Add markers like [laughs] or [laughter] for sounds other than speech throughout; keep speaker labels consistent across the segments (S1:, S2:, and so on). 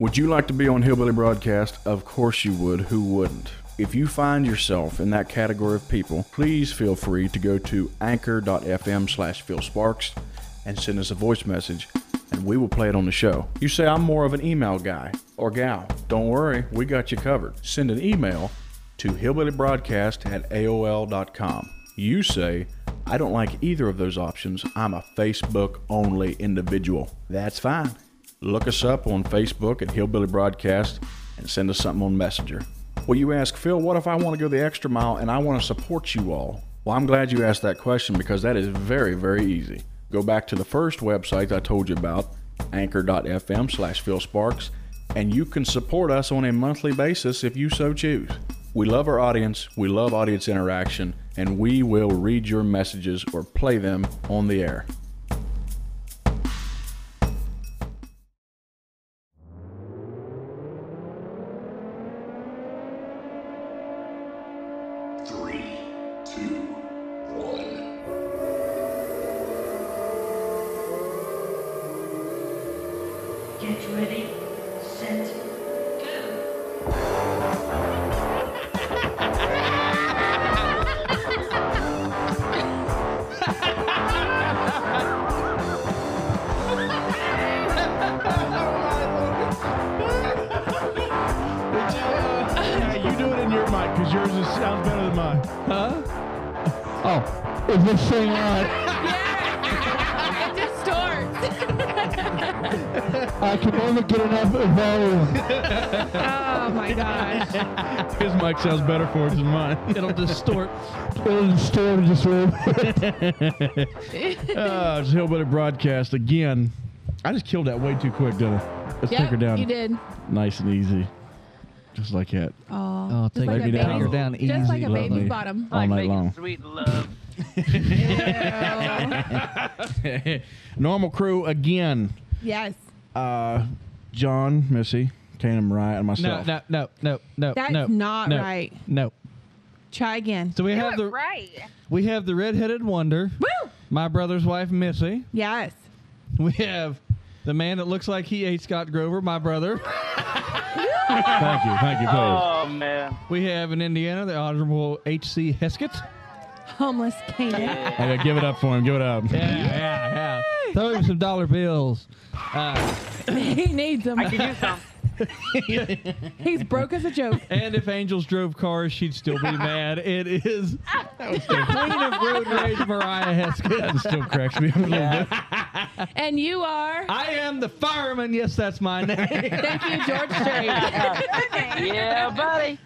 S1: Would you like to be on Hillbilly Broadcast? Of course you would. Who wouldn't? If you find yourself in that category of people, please feel free to go to anchor.fm slash Phil Sparks and send us a voice message, and we will play it on the show. You say, I'm more of an email guy or gal. Don't worry, we got you covered. Send an email to hillbillybroadcast at AOL.com. You say, I don't like either of those options. I'm a Facebook only individual. That's fine. Look us up on Facebook at Hillbilly Broadcast and send us something on Messenger. Well, you ask, Phil, what if I want to go the extra mile and I want to support you all? Well, I'm glad you asked that question because that is very, very easy. Go back to the first website I told you about, anchor.fm slash Phil Sparks, and you can support us on a monthly basis if you so choose. We love our audience, we love audience interaction, and we will read your messages or play them on the air.
S2: Three, two, one.
S3: Get ready, set, go.
S4: Yeah, you do it in your mic because yours is, sounds better than mine. Huh? Oh, is this thing on?
S5: It distorts.
S4: I can never get enough volume.
S5: Oh my gosh.
S6: [laughs]
S4: His mic sounds better for it than mine.
S6: It'll distort.
S4: It'll distort just a little bit. Uh, it's Hillbilly Broadcast again. I just killed that way too quick, didn't I? Let's take her down.
S5: You did.
S4: Nice and easy. Just like that.
S5: Oh,
S6: Oh, take,
S4: a
S5: like
S6: her down.
S4: baby-
S6: Take her down easy.
S5: just like a
S4: lovely. [laughs]
S5: baby bottom.
S4: All night long.
S7: Sweet love.
S4: Normal crew again.
S5: yes.
S4: Uh, John, Missy, Tana, Mariah, and
S6: No,
S4: myself.
S6: no, no, no, no.
S5: That's
S6: no,
S5: not
S6: no,
S5: right.
S6: No.
S5: Try again.
S6: So we have the
S8: right.
S6: we have the redheaded wonder,
S5: Woo!
S6: my brother's wife Missy.
S5: Yes.
S6: We have the man that looks like he ate Scott Grover, my brother.
S4: Thank you. Thank you, please.
S7: Oh man.
S6: We have in Indiana the honorable H.C. Heskett.
S5: Homeless Canaan.
S7: [laughs]
S4: Hey, give it up for him. Give it up.
S6: Yeah, yeah, yeah. Throw him some dollar bills.
S5: he needs them.
S7: I could use some.
S5: He's broke as a joke.
S6: And if angels drove cars, she'd still [laughs] be mad. It is the queen of road rage, Mariah Heskett.
S4: It still cracks me up a little bit.
S5: And you are.
S6: I am the fireman. Yes, that's my [laughs] name.
S5: Thank you, George
S7: [laughs]
S5: Strait.
S7: [laughs] Yeah, buddy.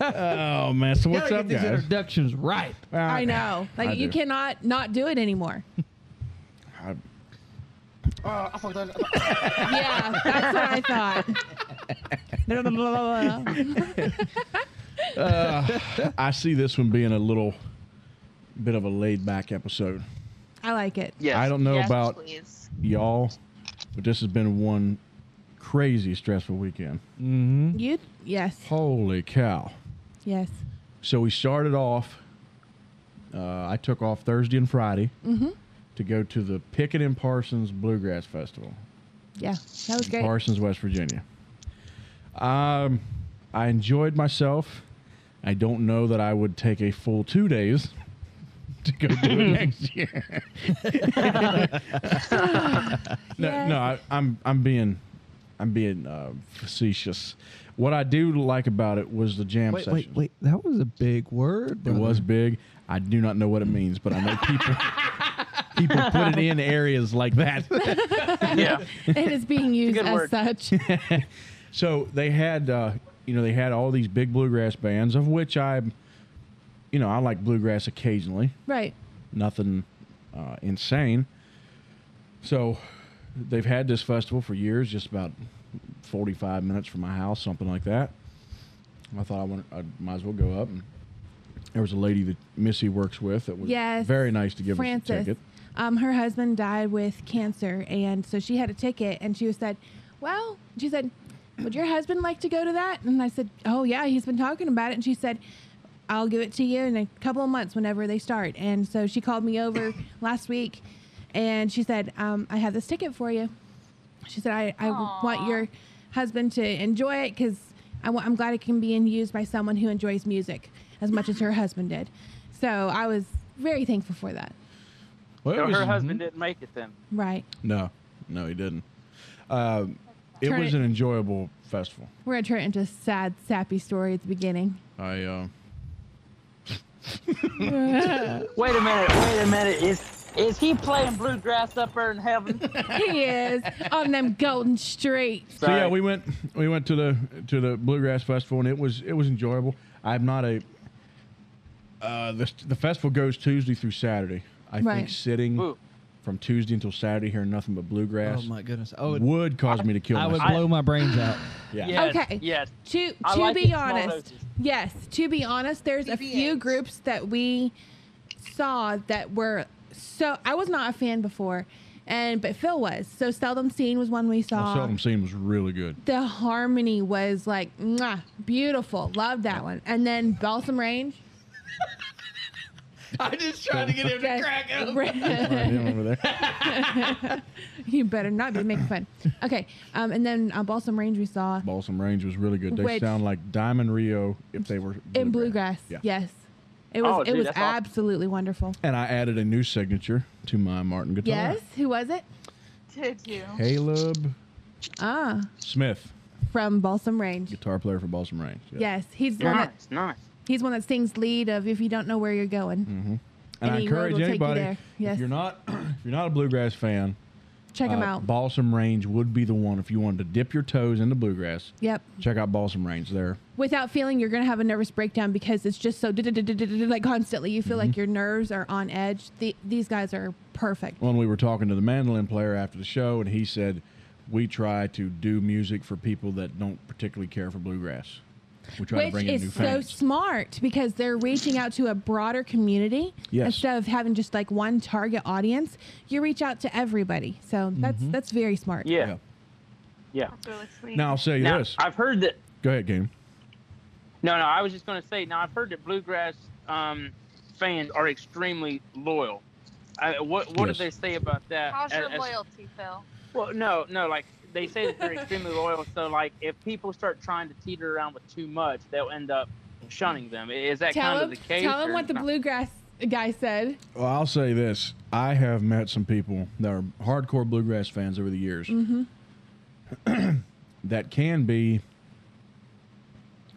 S4: Oh man, so what's
S6: Gotta
S4: up,
S6: get these
S4: guys?
S6: introductions right.
S5: I know. Like
S4: I
S5: you
S4: do.
S5: cannot not do it
S7: [laughs]
S5: anymore. yeah, that's what I thought.
S7: [laughs]
S4: I see this one being a little bit of a laid back episode.
S5: I like it.
S7: Yes.
S4: I don't know
S8: Yes,
S4: about
S8: please.
S4: y'all, but this has been one crazy stressful weekend.
S5: You yes.
S4: Holy cow!
S5: Yes.
S4: So we started off. Uh, I took off Thursday and Friday to go to the Pickett and Parsons Bluegrass Festival.
S5: Yeah. That was great.
S4: Parsons, West Virginia. Um, I enjoyed myself. I don't know that I would take a full two days [laughs] to go do it next year. no,
S5: Yes.
S4: no, I, I'm I'm being I'm being uh, facetious. What I do like about it was the jam
S6: Wait,
S4: session.
S6: wait, wait. That was a big word.
S4: It
S6: brother.
S4: was big. I do not know what it means, but I know people people put it in areas like that.
S7: yeah.
S5: It is being used
S7: good
S5: as
S7: word.
S5: such.
S7: [laughs]
S4: So they had, uh, you know, they had all these big bluegrass bands, of which I, you know, I like bluegrass occasionally.
S5: Right.
S4: Nothing uh, insane. So they've had this festival for years, just about 45 minutes from my house, something like that. I thought I, wanted, I might as well go up. And there was a lady that Missy works with that was
S5: Yes.
S4: very nice to give us a
S5: Francis.
S4: ticket.
S5: Um, her husband died with cancer, and so she had a ticket, and she said, "Well," she said, "Would your husband like to go to that?" And I said, "Oh yeah, he's been talking about it." And she said, "I'll give it to you in a couple of months whenever they start." And so she called me over last week, and she said, um, "I have this ticket for you." She said, I, I want your husband to enjoy it because i w- I'm glad it can be in- used by someone who enjoys music as much as her husband did. So I was very thankful for that.
S4: Well, it
S7: So
S4: was-
S7: her husband didn't make it then.
S5: Right.
S4: No, no, he didn't. Um, it
S5: Turn
S4: was
S5: it-
S4: an enjoyable festival.
S5: We're going to turn it into a sad, sappy story at the beginning.
S4: I uh,
S7: Wait a minute. Wait a minute. Is is he playing bluegrass up there in heaven?
S5: he is on them golden
S4: [laughs]
S5: streets.
S4: so yeah, we went we went to the to the bluegrass festival and it was it was enjoyable. I'm not a uh, the the festival goes Tuesday through Saturday. I think
S5: Right.
S4: sitting
S7: Ooh.
S4: from Tuesday until Saturday hearing nothing but bluegrass
S6: Oh my goodness. I would,
S4: would cause me to kill
S6: I would
S4: myself.
S6: blow my brains out.
S4: yeah.
S7: Yes,
S5: Okay.
S7: Yes.
S5: To to
S7: I like it
S5: be
S7: in small
S5: honest,
S7: doses.
S5: yes. To be honest, there's a few groups that we saw that were so I was not a fan before, and but Phil was. So seldom seen was one we
S4: Well,
S5: saw.
S4: Seldom Seen was really good.
S5: the harmony was like mwah, beautiful. Love that one. And then
S6: [laughs]
S5: Balsam Range.
S6: I'm just trying to get him
S5: Yes. [laughs]
S4: Right, him over there.
S5: you better not be making fun. Okay. Um, and then uh, Balsam Range we saw
S4: Balsam Range was really good. They
S5: Which-
S4: sound like Diamond Rio if they were
S5: in Bluegrass.
S4: Yeah.
S5: Yes. It was
S7: Oh,
S5: it
S7: dude,
S5: was
S7: that's awesome.
S5: absolutely wonderful.
S4: And I added a new signature to my Martin guitar.
S5: Yes. Who was it?
S8: [laughs] Did you?
S4: Caleb
S5: Ah,
S4: Smith,
S5: from Balsam Range.
S4: guitar player for Balsam Range. Yeah.
S5: Yes, he's the one that,
S7: Nice. Nice.
S5: he's the one that sings lead of if you don't know where you're going.
S4: Mm-hmm. And I
S5: Any
S4: encourage
S5: road will take you
S4: anybody
S5: there.
S4: if
S5: Yes.
S4: you're not [clears throat] if you're not a bluegrass fan,
S5: Check him
S4: uh,
S5: out.
S4: Balsam Range would be the one if you wanted to dip your toes into bluegrass.
S5: yep.
S4: Check out Balsam Range there.
S5: Without feeling, you're gonna have a nervous breakdown because it's just so [laughs] like constantly. You feel
S4: Mm-hmm.
S5: like your nerves are on edge. The, these guys are perfect.
S4: When we were talking to the mandolin player after the show, and he said, "We try to do music for people that don't particularly care for bluegrass. We try to
S5: Which
S4: bring in new
S5: is so
S4: fans."
S5: smart because they're reaching out to a broader community
S4: Yes.
S5: instead of having just like one target audience. You reach out to everybody, so that's
S4: Mm-hmm.
S5: that's very smart.
S7: Yeah. Yeah.
S8: That's really sweet.
S4: Now I'll say
S7: Now,
S4: this.
S7: I've heard that
S4: Go ahead, game.
S7: No, no, I was just going to say. Now I've heard that bluegrass um, fans are extremely loyal. I, what what
S4: Yes.
S7: do they say about that?
S8: How's your
S7: As- as-
S8: loyalty, Phil?
S7: Well, no, no, like they say that they're extremely loyal. So like, if people start trying to teeter around with too much, they'll end up shunning them. Is that
S5: Tell
S7: kind
S5: him,
S7: of the case?
S5: tell him
S7: or
S5: what the
S7: not?
S5: bluegrass guy said.
S4: Well, I'll say this: I have met some people that are hardcore bluegrass fans over the years
S8: Mm-hmm.
S4: [clears throat] that can be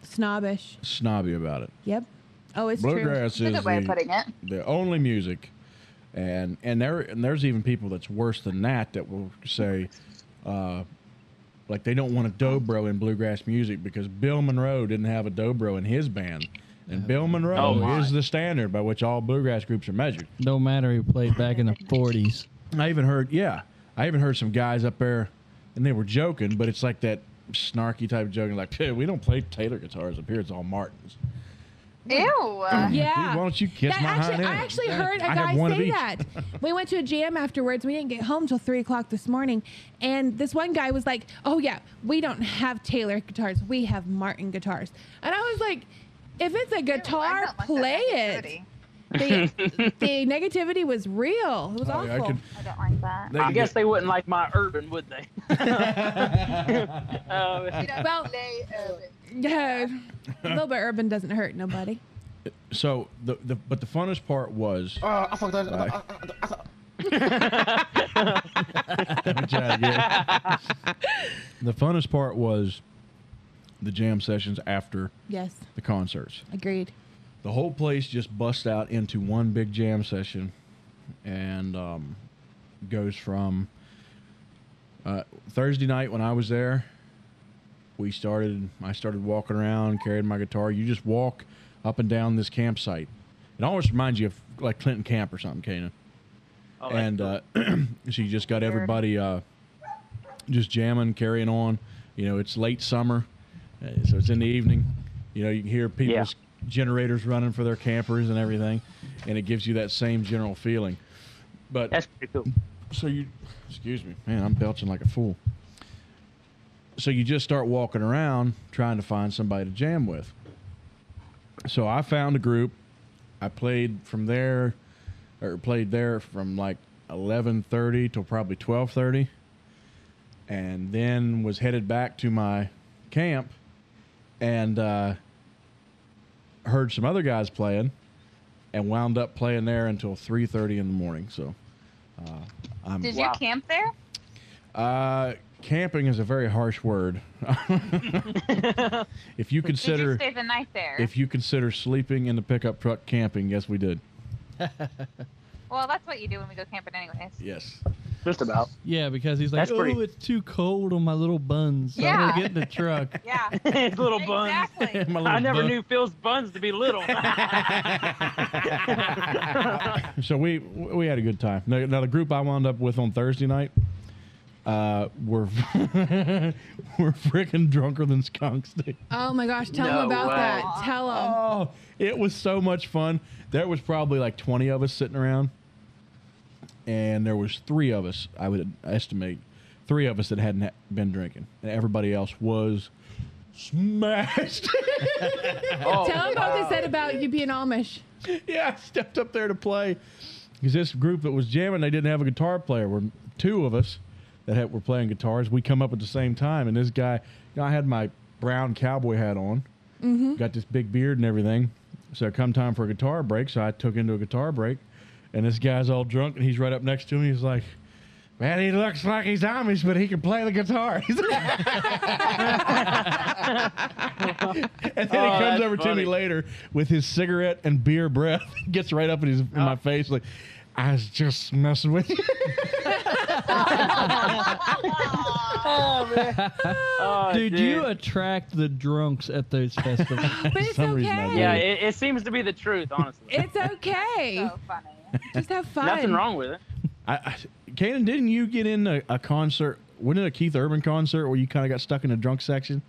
S5: Snobbish.
S4: snobby about it.
S5: Yep. Oh, it's true.
S4: Bluegrass
S8: That's a
S4: is
S8: good way of
S4: the-
S8: putting it.
S4: the only music, and and there and there's even people that's worse than that that will say, uh, like they don't want a dobro in bluegrass music because Bill Monroe didn't have a dobro in his band, and Bill
S7: Oh,
S4: Monroe
S7: my.
S4: is the standard by which all bluegrass groups are measured.
S6: No matter who played back in the 40s.
S4: I even heard, yeah, I even heard some guys up there, and they were joking, but it's like that snarky type of joking, like, "Hey, we don't play Taylor guitars up here; it's all Martins."
S8: Ew.
S5: Yeah.
S4: Dude, why don't you kiss
S5: That
S4: my hind
S5: actually, I
S4: end?
S5: actually
S4: Yeah.
S5: heard a
S4: I have
S5: guy
S4: one of
S5: say
S4: each.
S5: that. we went to a jam afterwards. We didn't get home till three o'clock this morning, and this one guy was like, "Oh yeah, we don't have Taylor guitars. We have Martin guitars." And I was like, "If it's a guitar,
S8: I don't like
S5: play
S8: that
S5: it." The,
S4: [laughs]
S5: the negativity was real. It was
S4: Oh,
S5: awful.
S4: yeah, I could-
S8: negativity. I don't like that.
S4: they
S7: I
S4: could
S7: guess
S4: get-
S7: they wouldn't like my urban, would they? [laughs] Uh,
S8: You don't
S5: Well-
S8: play it.
S5: Yeah. a little bit urban doesn't hurt nobody.
S4: So the, the but the funnest part was.
S7: Uh,
S4: Right.
S7: uh.
S4: Let me try again. the funnest part was the jam sessions after
S5: Yes,
S4: the concerts.
S5: agreed.
S4: The whole place just busts out into one big jam session, and um, goes from uh, Thursday night when I was there. We started. I started walking around, carrying my guitar. You just walk up and down this campsite. It almost reminds you of like Clinton Camp or something, Kana.
S7: oh, that's
S4: and
S7: cool.
S4: uh, [clears throat] she just got everybody uh, just jamming, carrying on. You know, it's late summer, uh, so it's in the evening. You know, you can hear people's generators running for their campers and everything, and it gives you that same general feeling. But
S7: [laughs] that's pretty cool. [laughs]
S4: so you, excuse me, man, I'm belching like a fool. So you just start walking around trying to find somebody to jam with. So I found a group. I played from there, or played there from like 11:30 till probably 12:30, and then was headed back to my camp and uh, heard some other guys playing and wound up playing there until 3.30 in the morning so uh, i'm
S8: Did
S7: Wow.
S8: you camp there?
S4: uh, camping is a very harsh word if you
S8: Did you
S4: consider
S8: stay the night there?
S4: if you consider sleeping in the pickup truck camping yes we did
S8: well, that's what you do when we go camping, anyways.
S4: yes
S7: Just about.
S6: Yeah, because he's like,
S7: That's
S6: oh,
S7: pretty-
S6: it's too cold on my little buns. So I'm
S8: Yeah.
S6: gonna get in the truck.
S8: [laughs] Yeah.
S7: His little buns.
S8: exactly.
S4: My
S7: I
S4: little
S7: never
S4: bun-
S7: knew Phil's buns to
S4: [laughs]
S7: be little. [laughs]
S4: so we we had a good time. Now, now the group I wound up with on Thursday night uh, were [laughs] were freaking drunker than skunks. dude.
S5: Oh my gosh, tell
S7: No
S5: them about
S7: way.
S5: that. Tell them.
S4: Oh, it was so much fun. There was probably like twenty of us sitting around, and there was three of us. I would estimate three of us that hadn't ha- been drinking, and everybody else was smashed. [laughs]
S7: Oh,
S5: tell them about what they said about you being Amish.
S4: yeah, I stepped up there to play because this group that was jamming, they didn't have a guitar player. Were two of us that had, were playing guitars. We come up at the same time, and this guy, you know, I had my brown cowboy hat on,
S7: Mm-hmm.
S4: got this big beard and everything. So come time for a guitar break, so I took into a guitar break, and this guy's all drunk, and he's right up next to me. He's like. Man, he looks like he's Amish, but he can play the guitar. [laughs] and then he
S7: Oh,
S4: comes
S7: that's
S4: over to me
S7: funny.
S4: later with his cigarette and beer breath, [laughs] gets right up in, his, in my face like, I was just messing with you. [laughs] [laughs]
S7: Oh,
S6: Dude, you attract the drunks at
S5: [laughs]
S6: those festivals.
S5: But it's
S4: some reason I
S5: okay.
S4: did.
S7: Yeah, it, it seems to be the truth, honestly.
S5: It's
S7: [laughs]
S5: okay.
S8: so funny.
S5: Just have fun.
S7: Nothing wrong with it.
S4: I, I, Kanan, didn't you get in a, a concert? Wasn't it a Keith Urban concert where you kind of got stuck in the drunk section?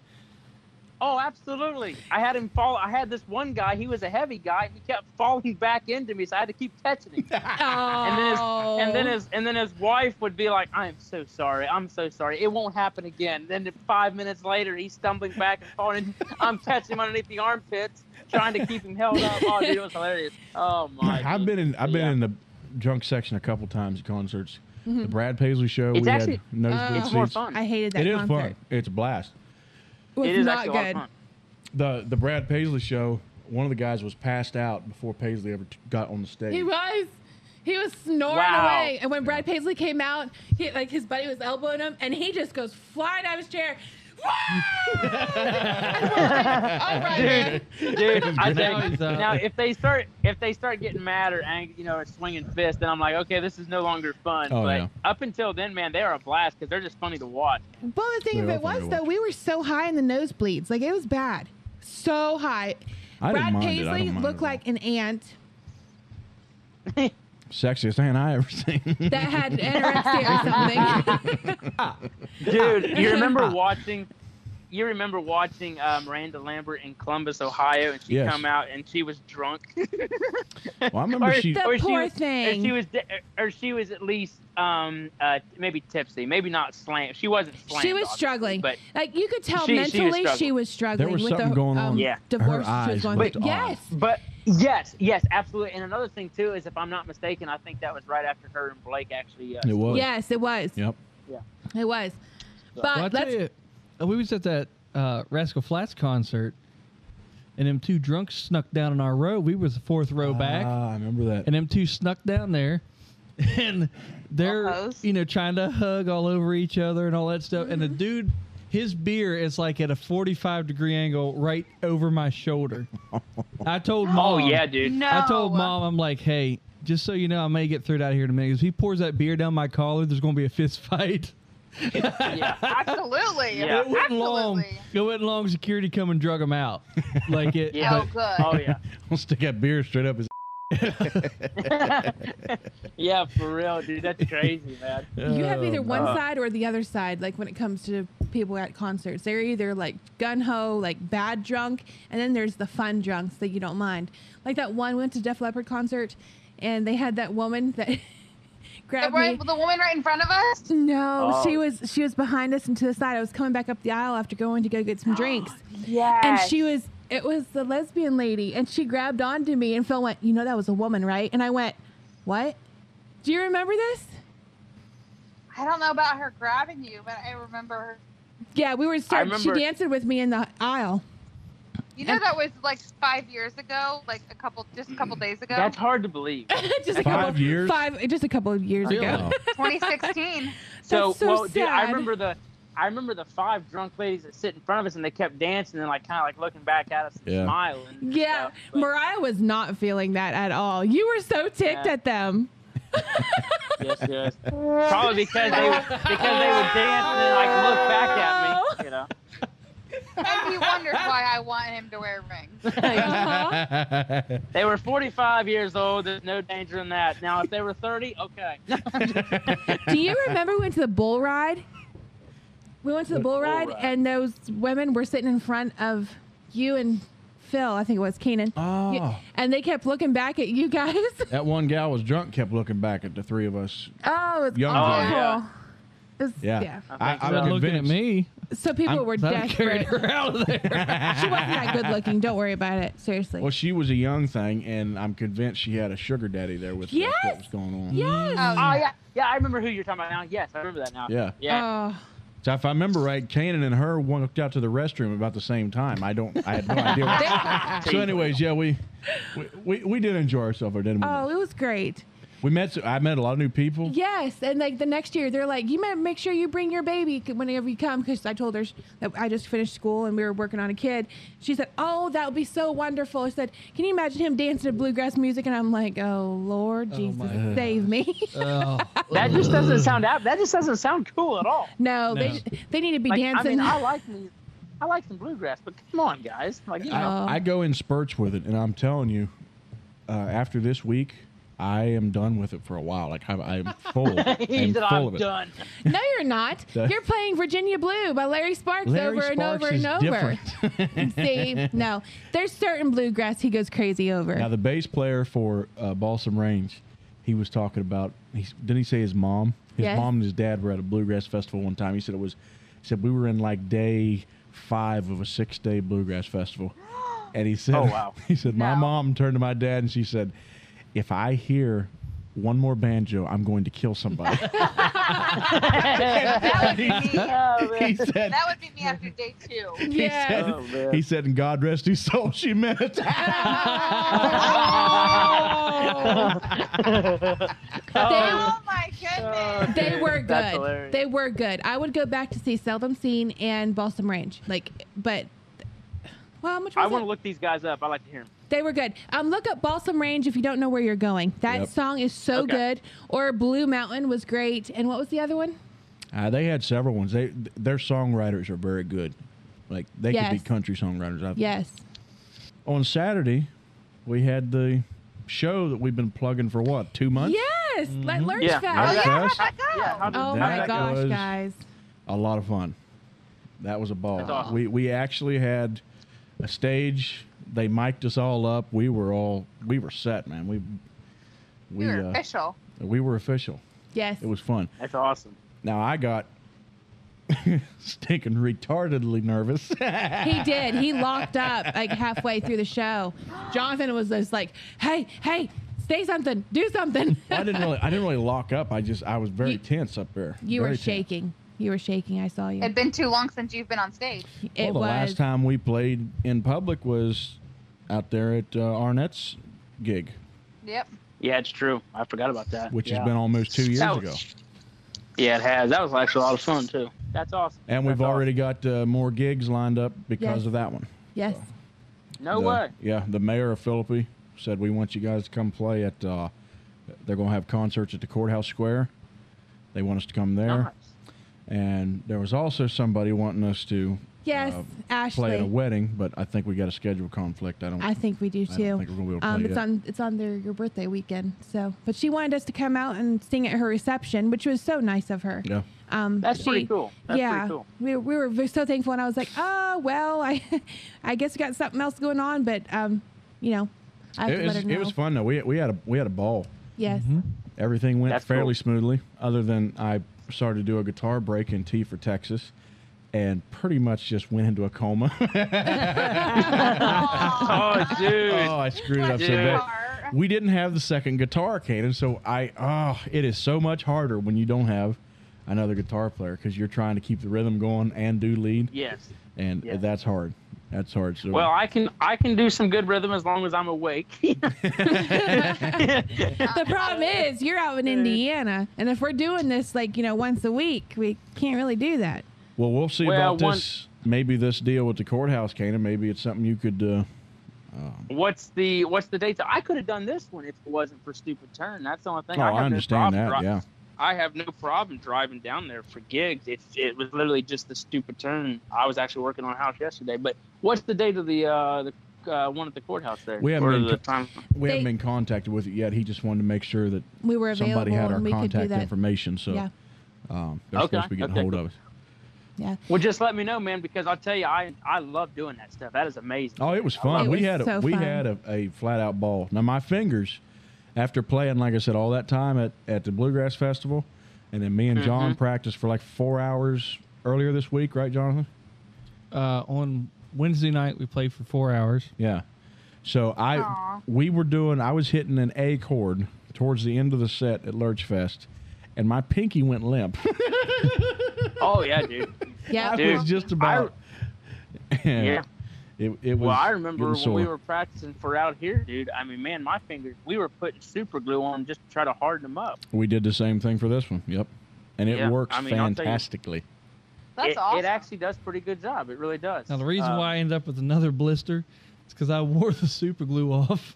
S7: Oh, absolutely. I had him fall. I had this one guy. He was a heavy guy. He kept falling back into me, so I had to keep catching him. And then, his,
S5: Oh.
S7: and then his and then his wife would be like, "I am so sorry. I'm so sorry. It won't happen again." Then five minutes later, he's stumbling back and falling. I'm catching him underneath the armpits, trying to keep him held up. Oh, dude, it was hilarious. Oh my.
S4: I've been in I've been
S7: Yeah.
S4: in the drunk section a couple times at concerts. The Brad Paisley show,
S7: It's
S4: we
S7: actually-
S4: had nosebleed
S5: uh, it's
S7: more
S4: seats.
S7: fun.
S5: Oh. I hated that
S4: It is
S5: concert.
S4: fun. It's a blast.
S5: It was
S7: it is
S5: not
S7: actually a lot of
S5: good.
S7: fun.
S4: The the Brad Paisley show, one of the guys was passed out before Paisley ever t- got on the stage.
S5: He was. He was snoring
S7: Wow.
S5: away. And when Brad Paisley came out, he, like his buddy was elbowing him, and he just goes flying out of his
S7: [laughs]
S5: chair. All right, man.
S7: Dude, I
S6: Now
S7: think,
S6: he's, uh,
S7: now if they start if they start getting mad or angry, you know, or swinging fists, then I'm like, okay, this is no longer fun.
S4: Oh,
S7: but
S4: yeah.
S7: up until then, man, they are a blast because they're just funny to watch.
S5: Well, the thing
S4: They
S5: of
S4: were
S5: it
S4: fun to
S5: was though,
S4: watch.
S5: we were so high in the nosebleeds, like it was bad, so high.
S4: I didn't
S5: Brad
S4: mind it. I
S5: Paisley
S4: don't mind it
S5: looked
S4: at all.
S5: like an ant
S4: Sexiest man I ever seen.
S5: [laughs] that had anorexia or
S4: [laughs]
S5: something. [laughs]
S7: Dude, you remember watching? You remember watching uh, Miranda Lambert in Columbus, Ohio, and she
S4: Yes.
S7: come out and she was drunk.
S4: [laughs] well, I [laughs] remember she.
S5: The poor
S7: was,
S5: thing.
S7: Or she was, de- or she was at least um, uh, maybe tipsy, maybe not slammed. She wasn't slammed.
S5: she was
S7: obviously,
S5: struggling.
S7: but
S5: like you could tell
S7: She- she was
S5: mentally, she,
S7: struggling.
S5: was struggling.
S4: was
S5: with
S4: something
S5: the,
S4: going on.
S5: Um,
S7: Yeah.
S5: divorce
S4: Her
S5: she
S4: eyes
S5: was going.
S4: looked
S5: through.
S4: odd.
S5: Yes.
S7: But yes, yes, absolutely. And another thing too is, if I'm not mistaken, I think that was right after her and Blake actually. Uh,
S4: It was.
S5: Yes, it was.
S4: Yep.
S5: It was.
S6: Well, I tell
S5: But let's.
S6: you, we was at that uh, Rascal Flats concert, and them two drunks snuck down in our row. We was the fourth row back,
S4: Ah, I remember that.
S6: and them two snuck down there, [laughs] and they're
S8: Almost.
S6: you know trying to hug all over each other and all that stuff. And the dude, his beer is like at a forty-five degree angle, right over my shoulder. I told
S7: oh
S6: mom.
S7: yeah, dude.
S8: No.
S6: I told mom, I'm like, hey, just so you know, I may get thrown out of here in a minute. 'Cause If he pours that beer down my collar, there's going to be a fist fight.
S7: Yeah.
S8: Absolutely.
S7: Yeah.
S6: It wasn't
S8: Absolutely.
S6: long. It wasn't long. Security come and drug him out. Like it.
S7: Yeah.
S8: Oh,
S6: but-
S8: good.
S7: Oh yeah.
S4: I'll [laughs] stick that beer straight up his.
S7: Yeah, for real, dude. That's crazy,
S5: [laughs]
S7: man.
S5: You have either one
S7: uh,
S5: side or the other side, like when it comes to people at concerts. They're either like gun ho, like bad drunk, and then there's the fun drunks that you don't mind. Like that one went to Def Leppard concert and they had that woman that [laughs]
S8: The,
S5: grabbed
S8: right,
S5: me.
S8: the woman right in front of us?
S5: No,
S7: Oh.
S5: she was she was behind us and to the side. I was coming back up the aisle after going to go get
S7: [gasps]
S5: some drinks.
S8: Yeah.
S5: And she was it was the lesbian lady and she grabbed onto me and Phil went, You know that was a woman, right? And I went, What? Do you remember this?
S8: I don't know about her grabbing you, but I remember her
S5: Yeah, we were. Starting, she
S7: remember-
S5: danced with me in the aisle. [laughs]
S8: You know that was like five years ago, like a couple, just a couple days ago.
S4: [laughs]
S7: That's hard to believe.
S5: just a
S4: Five
S5: couple,
S4: years?
S5: Five, just a couple of years ago.
S7: Oh.
S4: Wow.
S8: 2016.
S7: So,
S5: That's so
S7: well, dude, I
S5: sad.
S7: remember the. I remember the five drunk ladies that sit in front of us, and they kept dancing and like kind of like looking back at us and
S4: Yeah.
S7: smiling.
S5: [laughs]
S7: and
S5: Yeah,
S7: stuff, but,
S5: Mariah was not feeling that at all. You were so ticked
S7: Yeah.
S5: at
S7: [laughs]
S5: them.
S7: yes, yes. Probably because they would, because they would dance and then like look back at me, you know.
S8: and you wondered why I want him to wear
S4: [laughs]
S8: rings.
S5: Uh-huh.
S7: They were 45 years old. There's no danger in that. Now, if they were 30, okay.
S5: [laughs]
S7: Oh,
S5: Do you remember we went to the bull ride? We went to the bull ride,
S7: ride?
S5: and those women were sitting in front of you and Phil. I think it was Keenan.
S4: Oh.
S5: You- and they kept looking back at you guys. [laughs]
S4: That one gal was drunk, kept looking back at the three of us.
S5: Oh, it's
S4: Young
S5: awful.
S7: girl. Yeah.
S5: It was-
S4: Yeah.
S5: yeah.
S7: I
S4: [laughs]
S7: think
S4: I'm
S7: so.
S6: Not looking at
S4: convinced-
S6: me.
S5: So people
S4: I'm-
S5: were
S6: I carried
S5: desperate.
S6: her out of
S4: [laughs]
S6: there.
S5: She wasn't that good looking. Don't worry about it. Seriously.
S4: Well, she was a young thing, and I'm convinced she had a sugar daddy there with her. That's
S5: Yes.
S4: what was going on.
S5: yes.
S8: Oh,
S7: Oh, yeah. Yeah, I remember who you're talking about now. Yes, I remember that now.
S4: Yeah.
S5: Oh.
S7: Yeah.
S4: So if I remember right, Kanan and her walked out to the restroom about the same time. I don't. I had
S5: [laughs]
S4: no idea. what- so, anyways, yeah, we we, we we did enjoy ourselves, didn't we?
S5: Oh, it was great.
S4: we met. s- I met a lot of new people.
S5: Yes, and like the next year, they're like, you better make sure you bring your baby c- whenever you come, because I told her sh- that I just finished school and we were working on a kid. She said, oh, that would be so wonderful. I said, can you imagine him dancing to bluegrass music? And I'm like, oh Lord Jesus,
S6: my
S5: save me. [laughs]
S6: Oh.
S7: That just doesn't sound out. That just doesn't sound cool at all.
S5: no,
S6: No.
S5: They, they need to be
S7: Like, I
S5: dancing.
S7: mean, I like me. I like some bluegrass, but come on, guys. Like, you know,
S5: Uh,
S4: I, I go in spurts with it, and I'm telling you, uh, after this week, I am done with it for a while. Like I'm, I'm
S5: [laughs]
S4: full.
S7: he
S4: I'm
S7: said,
S4: full
S7: I'm
S4: of [laughs] it.
S7: done. [laughs]
S5: no, you're
S4: [laughs]
S5: not. You're playing Virginia Blue by Larry Sparks
S4: Larry
S5: over and
S4: Sparks
S5: over
S4: is
S5: and over. [laughs]
S4: different.
S5: See, no, there's certain bluegrass he goes crazy over.
S4: Now the bass player for uh, Balsam Range, he was talking about. He, didn't he say his mom? His
S5: Yes.
S4: mom and his dad were at a bluegrass festival one time. He said it was. He said we were in like day five of a six-day bluegrass festival, and he said,
S7: Oh, wow.
S4: [laughs] He said my
S8: No.
S4: mom turned to my dad and she said, "If I hear one more banjo, I'm going to kill somebody."
S8: That would be me.
S7: Oh,
S4: he
S7: man. [laughs]
S4: said.
S8: That would be me after day
S4: [laughs]
S8: two.
S5: yeah.
S4: He said,
S5: [laughs]
S7: Oh, man.
S4: he said, and God rest his soul, she meant it. [laughs]
S8: Oh
S4: [laughs]
S8: my
S5: [laughs]
S8: goodness.
S5: They
S7: Dude,
S5: were
S7: that's
S5: good.
S7: hilarious.
S5: They were good. I would go back to see Seldom Seen and Balsam Range. Like, but well, how much was
S7: I want
S5: it?
S7: to look these guys up. I like to hear them.
S5: They were good. Um, look up Balsam Range if you don't know where you're going. That
S4: Yep.
S5: song is so
S7: Okay.
S5: good. Or Blue Mountain was great. And what was the other one?
S4: Uh, they had several ones. They th- their songwriters are very good. Like they could
S5: Yes.
S4: be country songwriters. I think.
S5: Yes.
S4: On Saturday, we had the show that we've been plugging for what two months.
S5: Yes. Like Lurch
S7: Yeah.
S8: Oh
S5: Fest.
S8: yeah, how'd
S4: Yes.
S8: that go?
S7: Yeah, how did
S5: Oh
S4: Mm-hmm. That
S5: my gosh,
S4: was-
S5: guys.
S4: A lot of fun. That was a ball.
S7: That's awesome.
S4: We we actually had a stage. They mic'd us all up. We were all we were set, man. We we
S8: you were
S4: uh,
S8: official.
S4: we were official.
S5: Yes.
S4: It was fun.
S7: That's awesome.
S4: Now I got [laughs] stinking retardedly nervous.
S5: He did. He locked up like halfway through
S4: [gasps]
S5: the show. Jonathan was just like, "Hey, hey, say something, do something."
S4: I didn't really I didn't really lock up. I just I was very
S5: You-
S4: tense up there.
S5: [laughs] You
S4: Very
S5: were
S4: tense.
S5: shaking. You were shaking. I saw you.
S8: It'd been too long since you've been on stage.
S5: it
S4: well, the
S5: was.
S4: last time we played in public was out there at uh, Arnett's gig,
S8: Yep.
S7: Yeah, it's true. I forgot about that.
S4: which
S7: Yeah.
S4: has been almost two years
S7: That was-
S4: ago.
S7: Yeah, it has. That was actually a lot of fun too. That's awesome.
S4: And we've
S7: That's awesome.
S4: already got uh, more gigs lined up because
S5: Yes.
S4: of that one.
S5: Yes.
S7: No
S4: The-
S7: way.
S4: Yeah, the mayor of Philippi said we want you guys to come play at. Uh, they're going to have concerts at the courthouse square. They want us to come there,
S7: Nice.
S4: and there was also somebody wanting us to
S5: Yes,
S4: uh, play at a
S5: Ashley.
S4: wedding, but I think we got a schedule conflict. I don't.
S5: I think we do too.
S4: don't think we're gonna be able to
S5: um,
S4: play
S5: it's
S4: yet.
S5: on it's on their your birthday weekend. So, but she wanted us to come out and sing at her reception, which was so nice of her.
S4: yeah.
S5: Um,
S7: That's
S5: she-
S7: pretty cool. That's
S5: yeah,
S7: pretty cool.
S5: we we were v- so thankful, and I was like, oh well, I [laughs] I guess we got something else going on, but um, you know, I have
S4: It
S5: to let
S4: was,
S5: her know.
S4: it was fun Mm-hmm. though. We we had a we had a ball.
S5: Yes.
S4: Everything went
S7: That's
S4: fairly
S7: cool.
S4: smoothly, other than I started to do a guitar break in T for Texas, and pretty much just went into a
S5: [laughs]
S4: coma. [laughs]
S7: Oh, dude.
S4: oh, I screwed it up so
S7: Dude.
S4: bad.
S8: Car.
S4: We didn't have the second guitar, Caden, so I oh, it is so much harder when you don't have another guitar player because you're trying to keep the rhythm going and do lead,
S7: [laughs] Yes.
S4: and
S7: Yes.
S4: that's hard. That's hard. So
S7: Well, I can I can do some good rhythm as long as I'm awake.
S5: [laughs]
S7: [laughs]
S5: The problem is you're out in Indiana, and if we're doing this like you know once a week, we can't really do that.
S4: Well, we'll see
S7: Well,
S4: about
S7: one-
S4: this. Maybe this deal with the courthouse, Canaan. Maybe it's something you could. Uh,
S7: what's the what's the date? I could have done this one if it wasn't for stupid turn. That's the only thing.
S4: oh,
S7: I, have
S4: I
S7: no
S4: understand
S7: problem
S4: that.
S7: dri-
S4: Yeah.
S7: I have no problem driving down there for gigs. It's it was literally just the stupid turn. I was actually working on a house yesterday. But what's the date of the uh, the uh, one at the courthouse there?
S4: We haven't
S7: Or
S4: been
S7: the
S4: t-
S7: time-
S4: We haven't
S5: They-
S4: been contacted with it yet. He just wanted to make sure that
S5: We were available,
S4: somebody had our
S5: and we could do
S4: contact
S5: that.
S4: information. So
S5: Yeah.
S4: um, they're
S7: Okay,
S4: supposed to be getting
S7: okay,
S4: hold
S7: cool.
S4: of us.
S7: Well, just let me know, man, because I'll tell you, I I love doing that stuff. That is amazing.
S4: Oh, it was fun.
S5: It
S4: we
S5: was
S4: had a,
S5: so
S4: we
S5: fun.
S4: had a, a flat out ball. Now my fingers, after playing like I said all that time at, at the bluegrass festival, and then me
S7: Mm-hmm.
S4: and John practiced for like four hours earlier this week, right, Jonathan?
S6: Uh, on Wednesday night, we played for four hours.
S4: Yeah. So I
S8: Aw.
S4: we were doing I was hitting an A chord towards the end of the set at Lurch Fest, and my pinky went limp. [laughs]
S7: Oh yeah, dude.
S5: Yeah,
S4: I
S7: Dude,
S4: was just about. [laughs]
S7: Yeah.
S4: It, it was
S7: Well, I remember
S4: getting
S7: when we
S4: sore.
S7: were practicing for out here, dude. I mean, man, my fingers, we were putting super glue on them just to try to harden them up.
S4: We did the same thing for this one. Yep. And it
S7: Yeah,
S4: works
S7: I mean, I'll tell you-
S4: fantastically.
S8: That's
S7: it,
S8: awesome.
S7: It actually does pretty good job. It really does.
S6: Now the reason
S7: Um,
S4: Uh.
S6: why I ended up with another blister is because I wore the super glue off.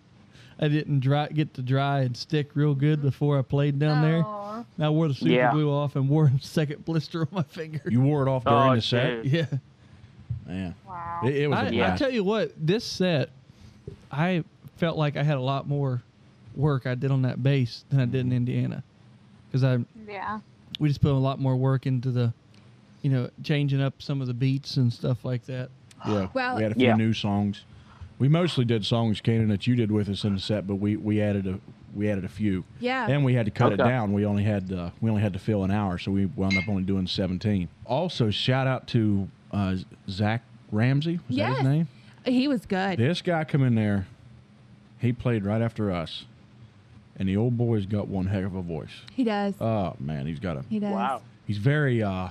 S6: I didn't dry, get to dry and stick real good before I played down there.
S8: Aw.
S6: I wore the super
S7: Yeah.
S6: glue off and wore a second blister on my finger. [laughs]
S4: You wore it off during
S7: Oh,
S4: the set.
S7: dude.
S6: Yeah,
S4: Yeah.
S8: Wow.
S4: It, it was
S6: I,
S4: a
S6: I
S4: blast.
S6: tell you what, this set, I felt like I had a lot more work I did on that bass than I did in Indiana, because I
S8: yeah.
S6: we just put a lot more work into the, you know, changing up some of the beats and stuff like that.
S4: yeah.
S5: Well-
S4: we had a few
S7: Yeah.
S4: new songs. We mostly did songs, Kanan, that you did with us in the set, but we, we added a we added a few.
S5: Yeah.
S4: And we had to cut it
S7: Okay.
S4: down. We only had uh, we only had to fill an hour, so we wound up only doing seventeen. Also, shout out to uh, Zach Ramsey. Was that
S5: Yes.
S4: his name?
S5: he was good.
S4: This guy come in there. He played right after us, and the old boy's got one heck of a voice.
S5: He does.
S4: Oh man, he's got a.
S5: he does.
S7: Wow.
S4: He's very. uh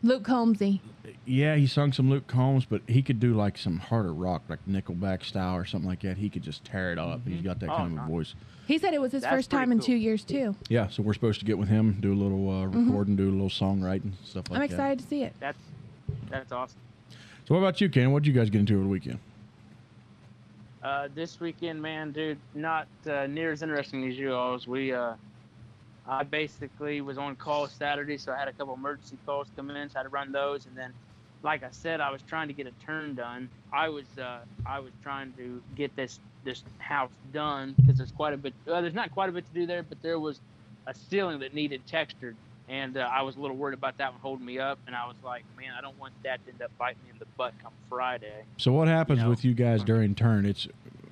S5: Luke Holmesy.
S4: Yeah, he sung some Luke Combs, but he could do like some harder rock, like Nickelback style or something like that. He could just tear it up.
S5: Mm-hmm.
S4: He's got that
S7: Oh,
S4: kind of
S7: nice.
S4: a voice.
S5: He said it was his
S7: That's
S5: first
S7: pretty
S5: time in
S7: cool.
S5: two years too.
S4: Yeah, so we're supposed to get with him, do a little uh, recording, do a little songwriting stuff like
S5: Mm-hmm. I'm
S4: that.
S5: excited to see it.
S7: That's that's awesome.
S4: So what about you, Ken? What would you guys get into over the weekend?
S7: Uh, this weekend, man, dude, not uh, near as interesting as you alls. We, uh, I basically was on call Saturday, so I had a couple emergency calls come in, so I had to run those, and then, like I said, I was trying to get a turn done. I was, uh, I was trying to get this this house done because there's quite a bit. Well, there's not quite a bit to do there, but there was a ceiling that needed textured, and uh, I was a little worried about that one holding me up, and I was like, man, I don't want that to end up biting me in the butt come Friday.
S4: So what happens
S7: No.
S4: with you guys during turn? It's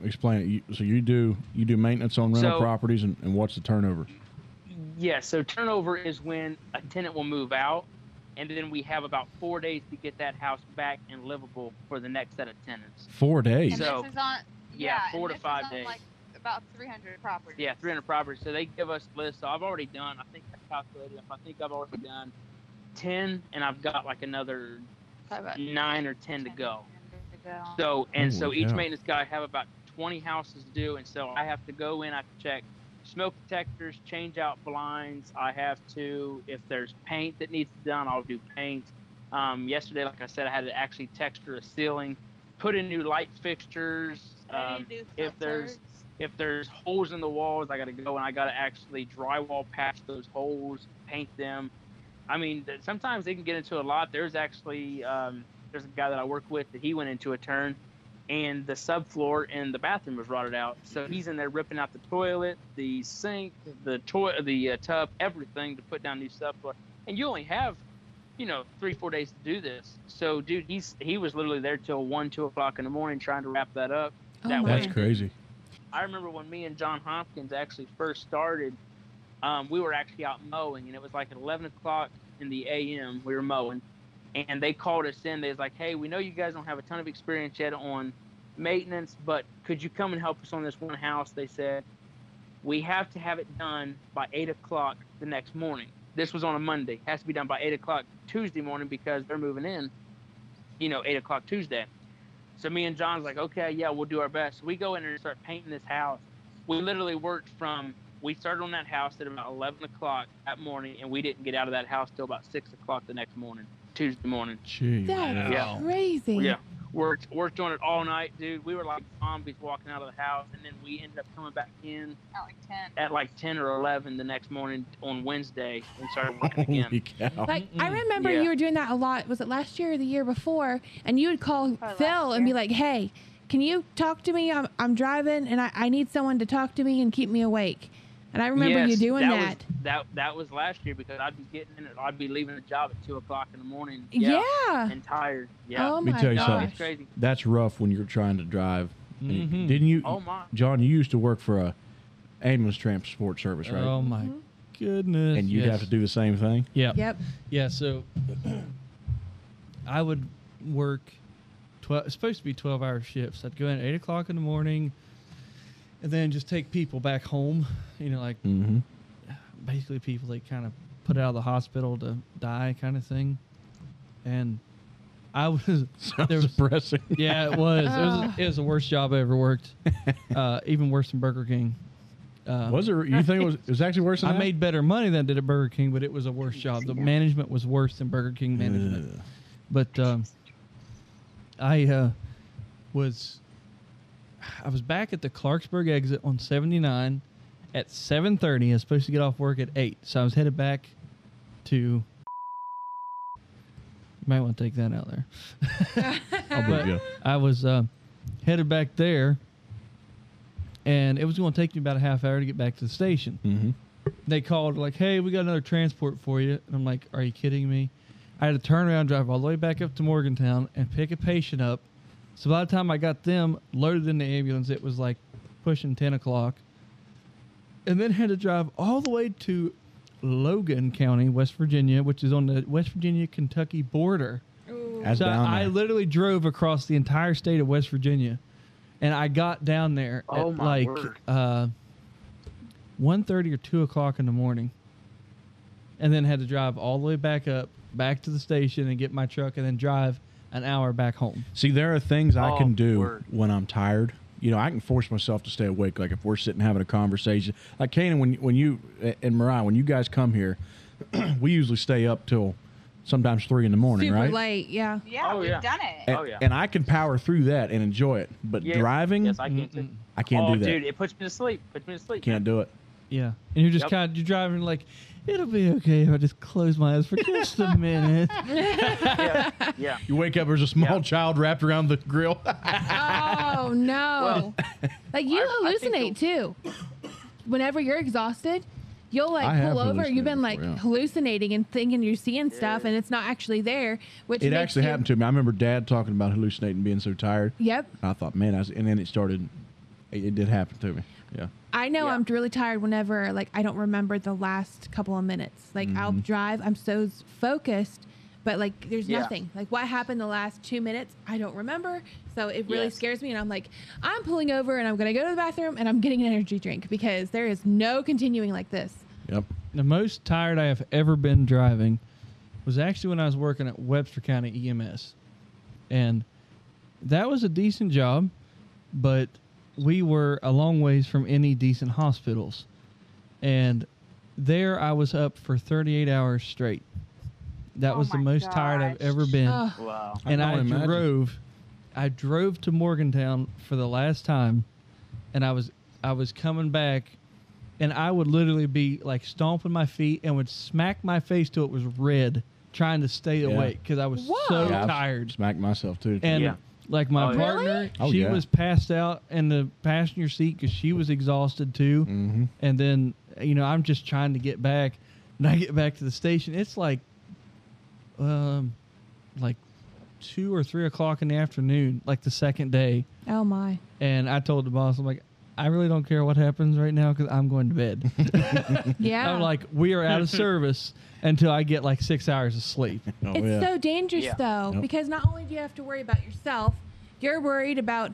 S4: explain it. You, so you do you do maintenance on rental
S7: So-
S4: properties, and, and what's the turnover?
S7: Yes. so turnover is when a tenant will move out, and then we have about four days to get that house back and livable for the next set of tenants.
S4: Four days.
S8: And
S7: So-
S8: this is on.
S7: yeah,
S8: and
S7: four to
S8: this is
S7: five
S8: on,
S7: days.
S8: Like about 300 properties.
S7: Yeah, 300 properties. So they give us lists. So I've already done. I think I calculated. I think I've already done 10, and I've got like another
S8: Probably about
S7: nine or 10 to go.
S8: 10 uh, to go.
S7: So and so
S4: Holy
S7: each
S4: cow.
S7: maintenance guy have about 20 houses to do, and so I have to go in. I have to check smoke detectors, change out blinds. I have to if there's paint that needs to be done, I'll do paint. Um, yesterday, like I said, I had to actually texture a ceiling, put in new light fixtures.
S8: I
S7: Um,
S8: need to do
S7: if there's-
S8: filters.
S7: if there's holes in the walls, I got to go and I got to actually drywall patch those holes, paint them. I mean, th- sometimes they can get into a lot. There's actually um, there's a guy that I work with that he went into a turn, and the subfloor in the bathroom was rotted out. So he's in there ripping out the toilet, the sink, the toy, the uh, tub, everything to put down new subfloor. And you only have, you know, three four days to do this. So dude, he's he was literally there till one two o'clock in the morning trying to wrap that up.
S5: Oh
S7: That
S5: my.
S4: That's crazy.
S7: I remember when me and John Hopkins actually first started, um, we were actually out mowing, and it was like at 11 o'clock in the AM. We were mowing, and they called us in. They was like, "Hey, we know you guys don't have a ton of experience yet on maintenance, but could you come and help us on this one house?" They said, "We have to have it done by 8 o'clock the next morning." This was on a Monday. Has to be done by eight o'clock Tuesday morning because they're moving in. You know, eight o'clock Tuesday. So me and John's like, okay, yeah, we'll do our best. We go in and start painting this house. We literally worked from we started on that house at about eleven o'clock that morning, and we didn't get out of that house till about six o'clock the next morning, Tuesday morning.
S4: Gee.
S5: That's
S7: Yeah.
S5: crazy.
S7: Yeah, worked worked on it all night, dude. We were like zombies walking out of the house, and then we ended up coming back in
S8: Not like ten.
S7: at like ten or eleven the next morning on Wednesday and started
S5: [laughs]
S7: working
S4: Holy
S7: again.
S4: cow.
S5: Like I remember
S7: Yeah.
S5: you were doing that a lot. Was it last year or the year before? And you would call
S8: last
S5: Phil and be
S8: year.
S5: like, "Hey, can you talk to me? I'm I'm driving and I, I need someone to talk to me and keep me awake." And I remember
S7: Yes,
S5: you doing
S7: that was-
S5: that.
S7: that that was last year because I'd be getting in it. I'd be leaving the job at two o'clock in the morning.
S5: Yeah.
S7: and tired. Yeah.
S5: Uh, Oh
S4: me
S5: my
S4: tell you
S7: no,
S4: something.
S7: it's crazy.
S4: That's rough when you're trying to drive. And you-
S6: Mhm.
S4: Didn't you,
S7: Oh my.
S4: John? You used to work for a ambulance transport service, right?
S6: Oh my goodness.
S4: and you'd
S6: yes.
S4: have to do the same thing.
S6: Yeah.
S5: Yep.
S6: Yeah, so I would work twelve. It's supposed to be twelve-hour shifts. I'd go in at eight o'clock in the morning, and then just take people back home. You know, like
S4: Mm-hmm.
S6: basically people they kind of put out of the hospital to die, kind of thing. And I [laughs] was
S4: Sounds
S6: there was
S4: depressing.
S6: [laughs] yeah, it was. It
S5: Oh.
S6: was, it was the worst job I ever
S4: [laughs]
S6: worked. Uh, even worse than Burger King. Uh,
S4: Was it? You think it was? It was actually worse than
S6: I
S4: that?
S6: made better money than I did at Burger King, but it was a worse job. The management was worse than Burger King management.
S4: Ugh.
S6: But um, I uh, was I was back at the Clarksburg exit on 79 at 7:30. I was supposed to get off work at eight, so I was headed back to. You might want to take that out there.
S4: I'll believe
S6: [laughs]
S4: you.
S6: I was uh, headed back there, and it was going to take me about a half hour to get back to the station
S4: Mhm.
S6: they called like, "Hey, we got another transport for you," and I'm like, "Are you kidding me?" I had to turn around, drive all the way back up to Morgantown, and pick a patient up. So by the time I got them loaded in the ambulance, it was like pushing ten o'clock, and then had to drive all the way to Logan County, West Virginia, which is on the West Virginia Kentucky border.
S4: That's
S6: So
S4: down
S6: I, I
S4: there.
S6: literally drove across the entire state of West Virginia, and I got down there
S7: Oh,
S6: at
S7: my
S6: like
S7: word.
S6: uh, one thirty or two o'clock in the morning, and then had to drive all the way back up, back to the station, and get my truck, and then drive an hour back home.
S4: See, there are things I
S7: Oh,
S4: can do
S7: word.
S4: when I'm tired. You know, I can force myself to stay awake. Like if we're sitting having a conversation, like Kanan, when when you and Mariah, when you guys come here, [clears throat] we usually stay up till sometimes three in the morning,
S5: Super
S4: right?
S5: late. Yeah.
S8: Yeah,
S7: Oh,
S8: we've
S7: yeah.
S8: done it.
S4: And,
S7: Oh, yeah.
S4: and I can power through that and enjoy it. But
S7: Yeah.
S4: driving,
S7: Yes, I can too.
S4: I can't
S7: oh,
S4: do that.
S7: dude, it puts me to sleep. Puts me to sleep.
S4: Can't
S7: man.
S4: do it.
S6: Yeah, and you're just
S7: Yep.
S6: kind of you're driving like, it'll be okay if I just close my eyes for just a
S7: [laughs]
S6: minute.
S5: [laughs]
S7: Yeah.
S4: You wake up, there's a small
S7: Yeah.
S4: child wrapped around the grill. [laughs]
S5: Oh no. like you
S7: I- I think
S5: hallucinate too. Whenever you're exhausted, you'll
S4: I
S5: like
S4: have
S5: pull over. You've
S4: hallucinated
S5: been like
S4: before, yeah.
S5: hallucinating and thinking you're seeing stuff, and it's not actually there. Which
S4: it
S5: makes
S4: actually
S5: you-
S4: happened to me. I remember Dad talking about hallucinating, being so tired.
S5: Yep.
S4: I thought, man, I was, and then it started. It, it did happen to me. Yeah.
S5: I know
S7: Yeah.
S5: I'm really tired whenever like I don't remember the last couple of minutes. Like I'll drive, I'm so s- focused, but like there's
S7: Mm-hmm. Yeah.
S5: nothing. Like what happened the last two minutes, I don't remember. So it really
S7: Yes.
S5: scares me, and I'm like, I'm pulling over, and I'm gonna go to the bathroom, and I'm getting an energy drink because there is no continuing like this.
S4: Yep.
S6: The most tired I have ever been driving was actually when I was working at Webster County EMS. And that was a decent job, but we were a long ways from any decent hospitals. And there I was up for 38 hours straight. That
S8: Oh
S6: was the
S8: my
S6: most tired I've
S8: gosh.
S6: ever been.
S5: Ugh.
S7: Wow.
S6: and
S4: I
S6: I,
S4: can only
S6: drove I drove to Morgantown for the last time and I was I was coming back and I would literally be like stomping my feet and would smack my face till it was red trying to stay
S4: Yeah.
S6: awake because I was
S5: Whoa.
S6: so
S4: Yeah, I've
S6: tired
S4: Smacked myself too.
S6: and
S7: Yeah.
S6: like my
S7: Oh, yeah.
S6: partner
S4: Oh,
S6: she
S4: yeah.
S6: was passed out in the passenger seat because she was exhausted too
S4: mm-hmm.
S6: and then you know I'm just trying to get back, and I get back to the station. It's like, um, like two or three o'clock in the afternoon, like the second day,
S5: Oh
S7: [laughs]
S5: my!
S6: and I told the boss, I'm like, I really don't care what happens right now because I'm going to bed.
S5: Yeah,
S7: Oh,
S6: I'm like, we are out of service until I get like six hours of sleep.
S4: Oh,
S5: It's
S4: yeah.
S5: so dangerous
S7: Yeah.
S5: though,
S4: Yep.
S5: because not only do you have to worry about yourself, you're worried about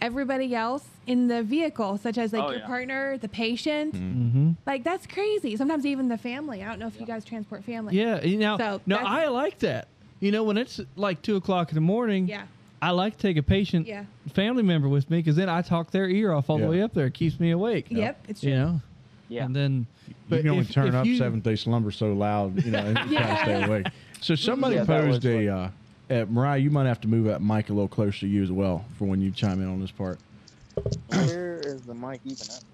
S5: everybody else in the vehicle, such as like
S7: Oh,
S5: your
S7: yeah.
S5: partner, the patient.
S6: Mm-hmm.
S5: Like that's crazy. Sometimes even the family. I don't know if you guys transport family.
S6: Yeah. You know,
S5: So,
S6: no,
S5: that's-
S6: I like that. You know, when it's like two o'clock in the morning,
S5: Yeah.
S6: I like to take a patient
S5: Yeah.
S6: family member with me because then I talk their ear off all
S4: Yeah.
S6: the way up there. It keeps me awake.
S5: Yep. It's true.
S6: You know?
S7: Yeah.
S6: And then,
S4: you can only
S6: if-
S4: turn
S6: if
S4: up
S6: you-
S4: Seventh Day Slumber so loud, you know, and you
S5: Yeah.
S4: gotta stay awake. So somebody
S7: Yeah, that
S4: posed
S7: was
S4: a, uh, uh, Mariah, you might have to move that mic a little closer to you as well for when you chime in on this part.
S7: Where is the mic even at?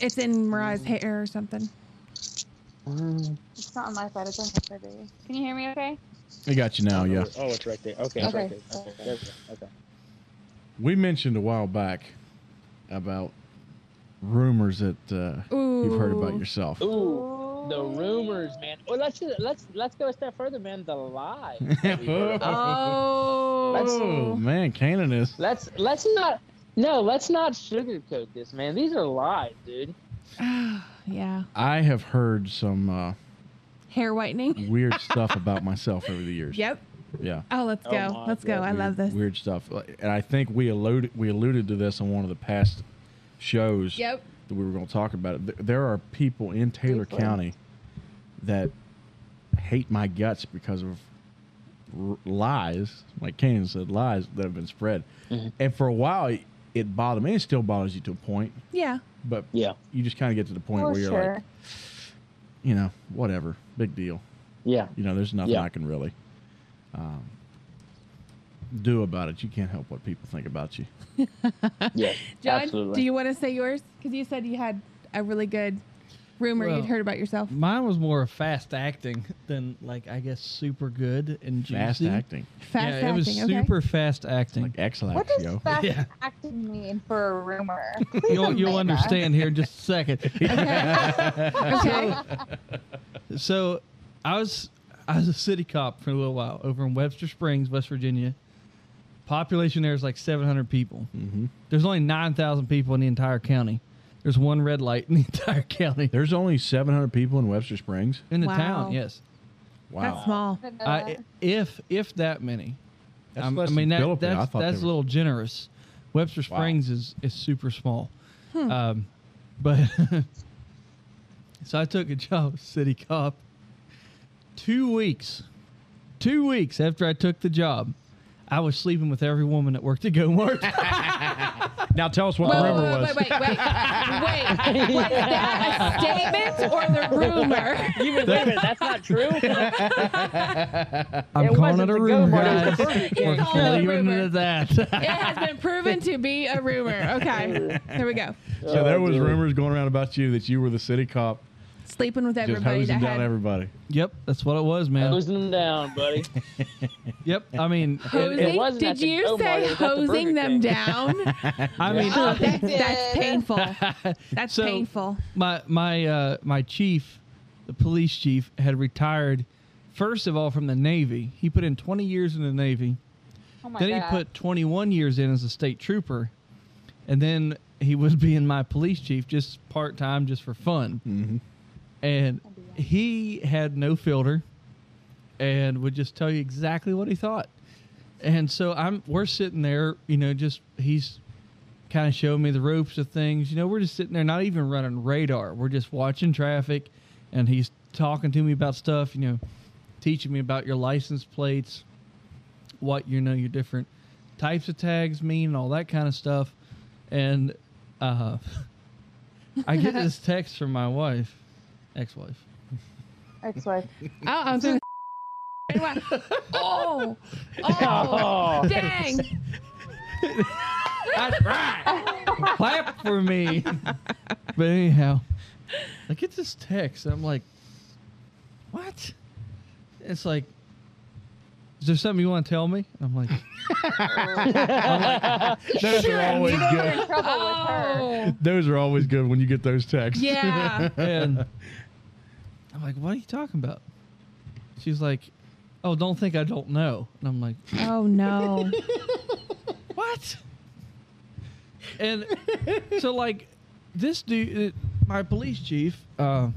S5: It's in Mariah's hair or something.
S8: It's not on my side. It's on his side, baby. Can you hear me? Okay.
S4: I got you now, yeah.
S7: Oh, it's right there. Okay, it's right there. Okay, there we go. Okay.
S4: We mentioned a while back about rumors that uh,
S5: Ooh.
S4: you've heard about yourself.
S7: Ooh, the rumors, man. Oh, let's just, let's let's go a step further, man. The lies.
S4: [laughs]
S5: Oh.
S4: Oh, man, Canaan is.
S7: let's let's not. No, let's not sugarcoat this, man. These are lies, dude.
S5: yeah.
S4: I have heard some uh,
S5: Hair whitening.
S4: weird stuff about myself over the
S5: [laughs]
S4: years.
S5: Yep.
S4: Yeah.
S5: Oh, let's
S7: Oh
S5: go.
S7: my
S5: let's go.
S7: God,
S5: I
S4: weird-
S5: love this.
S4: weird stuff. Like, And I think we alluded we alluded to this on one of the past shows
S5: Yep.
S4: that we were going to talk about it. Th- There are people in Taylor
S7: People.
S4: County that hate my guts because of r- lies, like Kanan said, lies that have been spread.
S5: Mm-hmm.
S4: And for a while, it, it bothered me. It still bothers you to a point,
S5: Yeah.
S4: but
S7: Yeah,
S4: you just kind of get to the point where you're like, you know, whatever, big deal.
S7: yeah,
S4: You know, there's nothing
S7: Yeah.
S4: I can really um, do about it. You can't help what people think about you.
S7: yeah.
S5: John,
S7: absolutely.
S5: do you want to say yours? Because you said you had a really good rumor
S6: Well,
S5: you'd heard about yourself.
S6: Mine was more fast acting than like I guess super good and juicy.
S4: Fast acting,
S5: Fast
S6: yeah,
S5: acting.
S6: it was
S5: okay?
S6: super fast acting.
S4: like excellent,
S8: What does
S4: yo.
S8: fast
S6: Yeah.
S8: acting mean for a [laughs] rumor? Please
S6: you'll you'll
S8: explain that.
S6: understand here in just
S4: [laughs]
S6: a second.
S5: [laughs] okay.
S6: So, I was I was a city cop for a little while over in Webster Springs, West Virginia. Population there is like 700 people. Mm-hmm. There's only 9,000 people in the entire county. There's one red light in the [laughs] entire county.
S4: There's only 700 people in Webster Springs.
S6: In the
S5: Wow.
S6: town, yes.
S4: Wow,
S5: That's small.
S8: Didn't know
S6: I,
S8: that. uh, oh
S6: if if that many,
S4: That's
S6: I'm-
S4: less
S6: Um, I mean
S4: than
S6: that,
S4: Philippi. I
S6: that's
S4: thought
S6: that's
S4: they
S6: a
S4: were-
S6: little generous. Webster
S4: Wow.
S6: Springs is is super small, um, but [laughs] so I took a job as city cop. Two weeks, two weeks after I took the job, I was sleeping with every woman that worked at Go-Mart.
S4: [laughs] Now tell us what
S5: Whoa,
S4: the rumor
S5: whoa, whoa,
S4: was.
S5: wait, wait, wait, wait. wait. Was that a statement or the rumor?
S4: [laughs]
S7: You mean, wait a minute, that's not true.
S6: I'm
S7: It
S6: calling
S7: wasn't
S6: it a
S7: the
S6: rumor,
S7: Go-Mart, it was
S6: guys.
S7: the
S6: We're
S5: It's all a
S6: leaving it
S5: rumor.
S6: at that. [laughs]
S5: It has been proven to be a rumor. Okay. There we go.
S4: So
S7: Oh,
S4: there was rumors going around about you that you were the city cop,
S5: Sleeping with
S4: just
S5: everybody
S4: hosing
S5: that
S4: down
S5: had
S4: everybody.
S6: yep, that's what it was, man.
S7: Losing them down,
S4: [laughs]
S7: buddy.
S6: yep, I mean, it- it-
S5: hosing.
S7: wasn't at
S5: Did
S7: the
S5: you
S7: Go-Mart, it
S5: say
S7: was at the
S5: hosing
S7: Burger
S5: them
S7: King. [laughs]
S5: down?
S6: I
S5: [laughs]
S6: mean,
S5: Oh, that's,
S8: They
S5: that's
S8: did.
S5: painful. That's
S6: So-
S5: painful.
S6: my my uh, my chief, the police chief, had retired. First of all, from the Navy, he put in 20 years in the Navy.
S8: Oh my
S6: then
S8: God.
S6: he put 21 years in as a state trooper, and then he was being my police chief just part time, just for fun. Mm-hmm. And he had no filter, and would just tell you exactly what he thought. And so I'm we're sitting there, you know, just he's kind of showing me the ropes of things. You know, we're just sitting there, not even running radar. We're just watching traffic, and he's talking to me about stuff. You know, teaching me about your license plates, what you know, your different types of tags mean, and all that kind of stuff. And uh, [laughs] I get this text from my wife, ex-wife.
S8: Ex-wife.
S5: Oh, I was [laughs] gonna. oh, [laughs] oh,
S7: Oh,
S5: dang!
S6: That's right. Clap for me. but anyhow, I get this text. And I'm like, what? It's like, is there something you want to tell me? And I'm like,
S4: Those are always
S8: We're
S4: good.
S8: in trouble with her.
S5: Oh,
S4: Those are always good when you get those texts.
S5: yeah.
S6: and I'm like, what are you talking about? She's like, oh, don't think I don't know. And I'm like,
S5: [laughs] Oh no.
S6: what? And so, like, this dude, uh, my police chief, uh,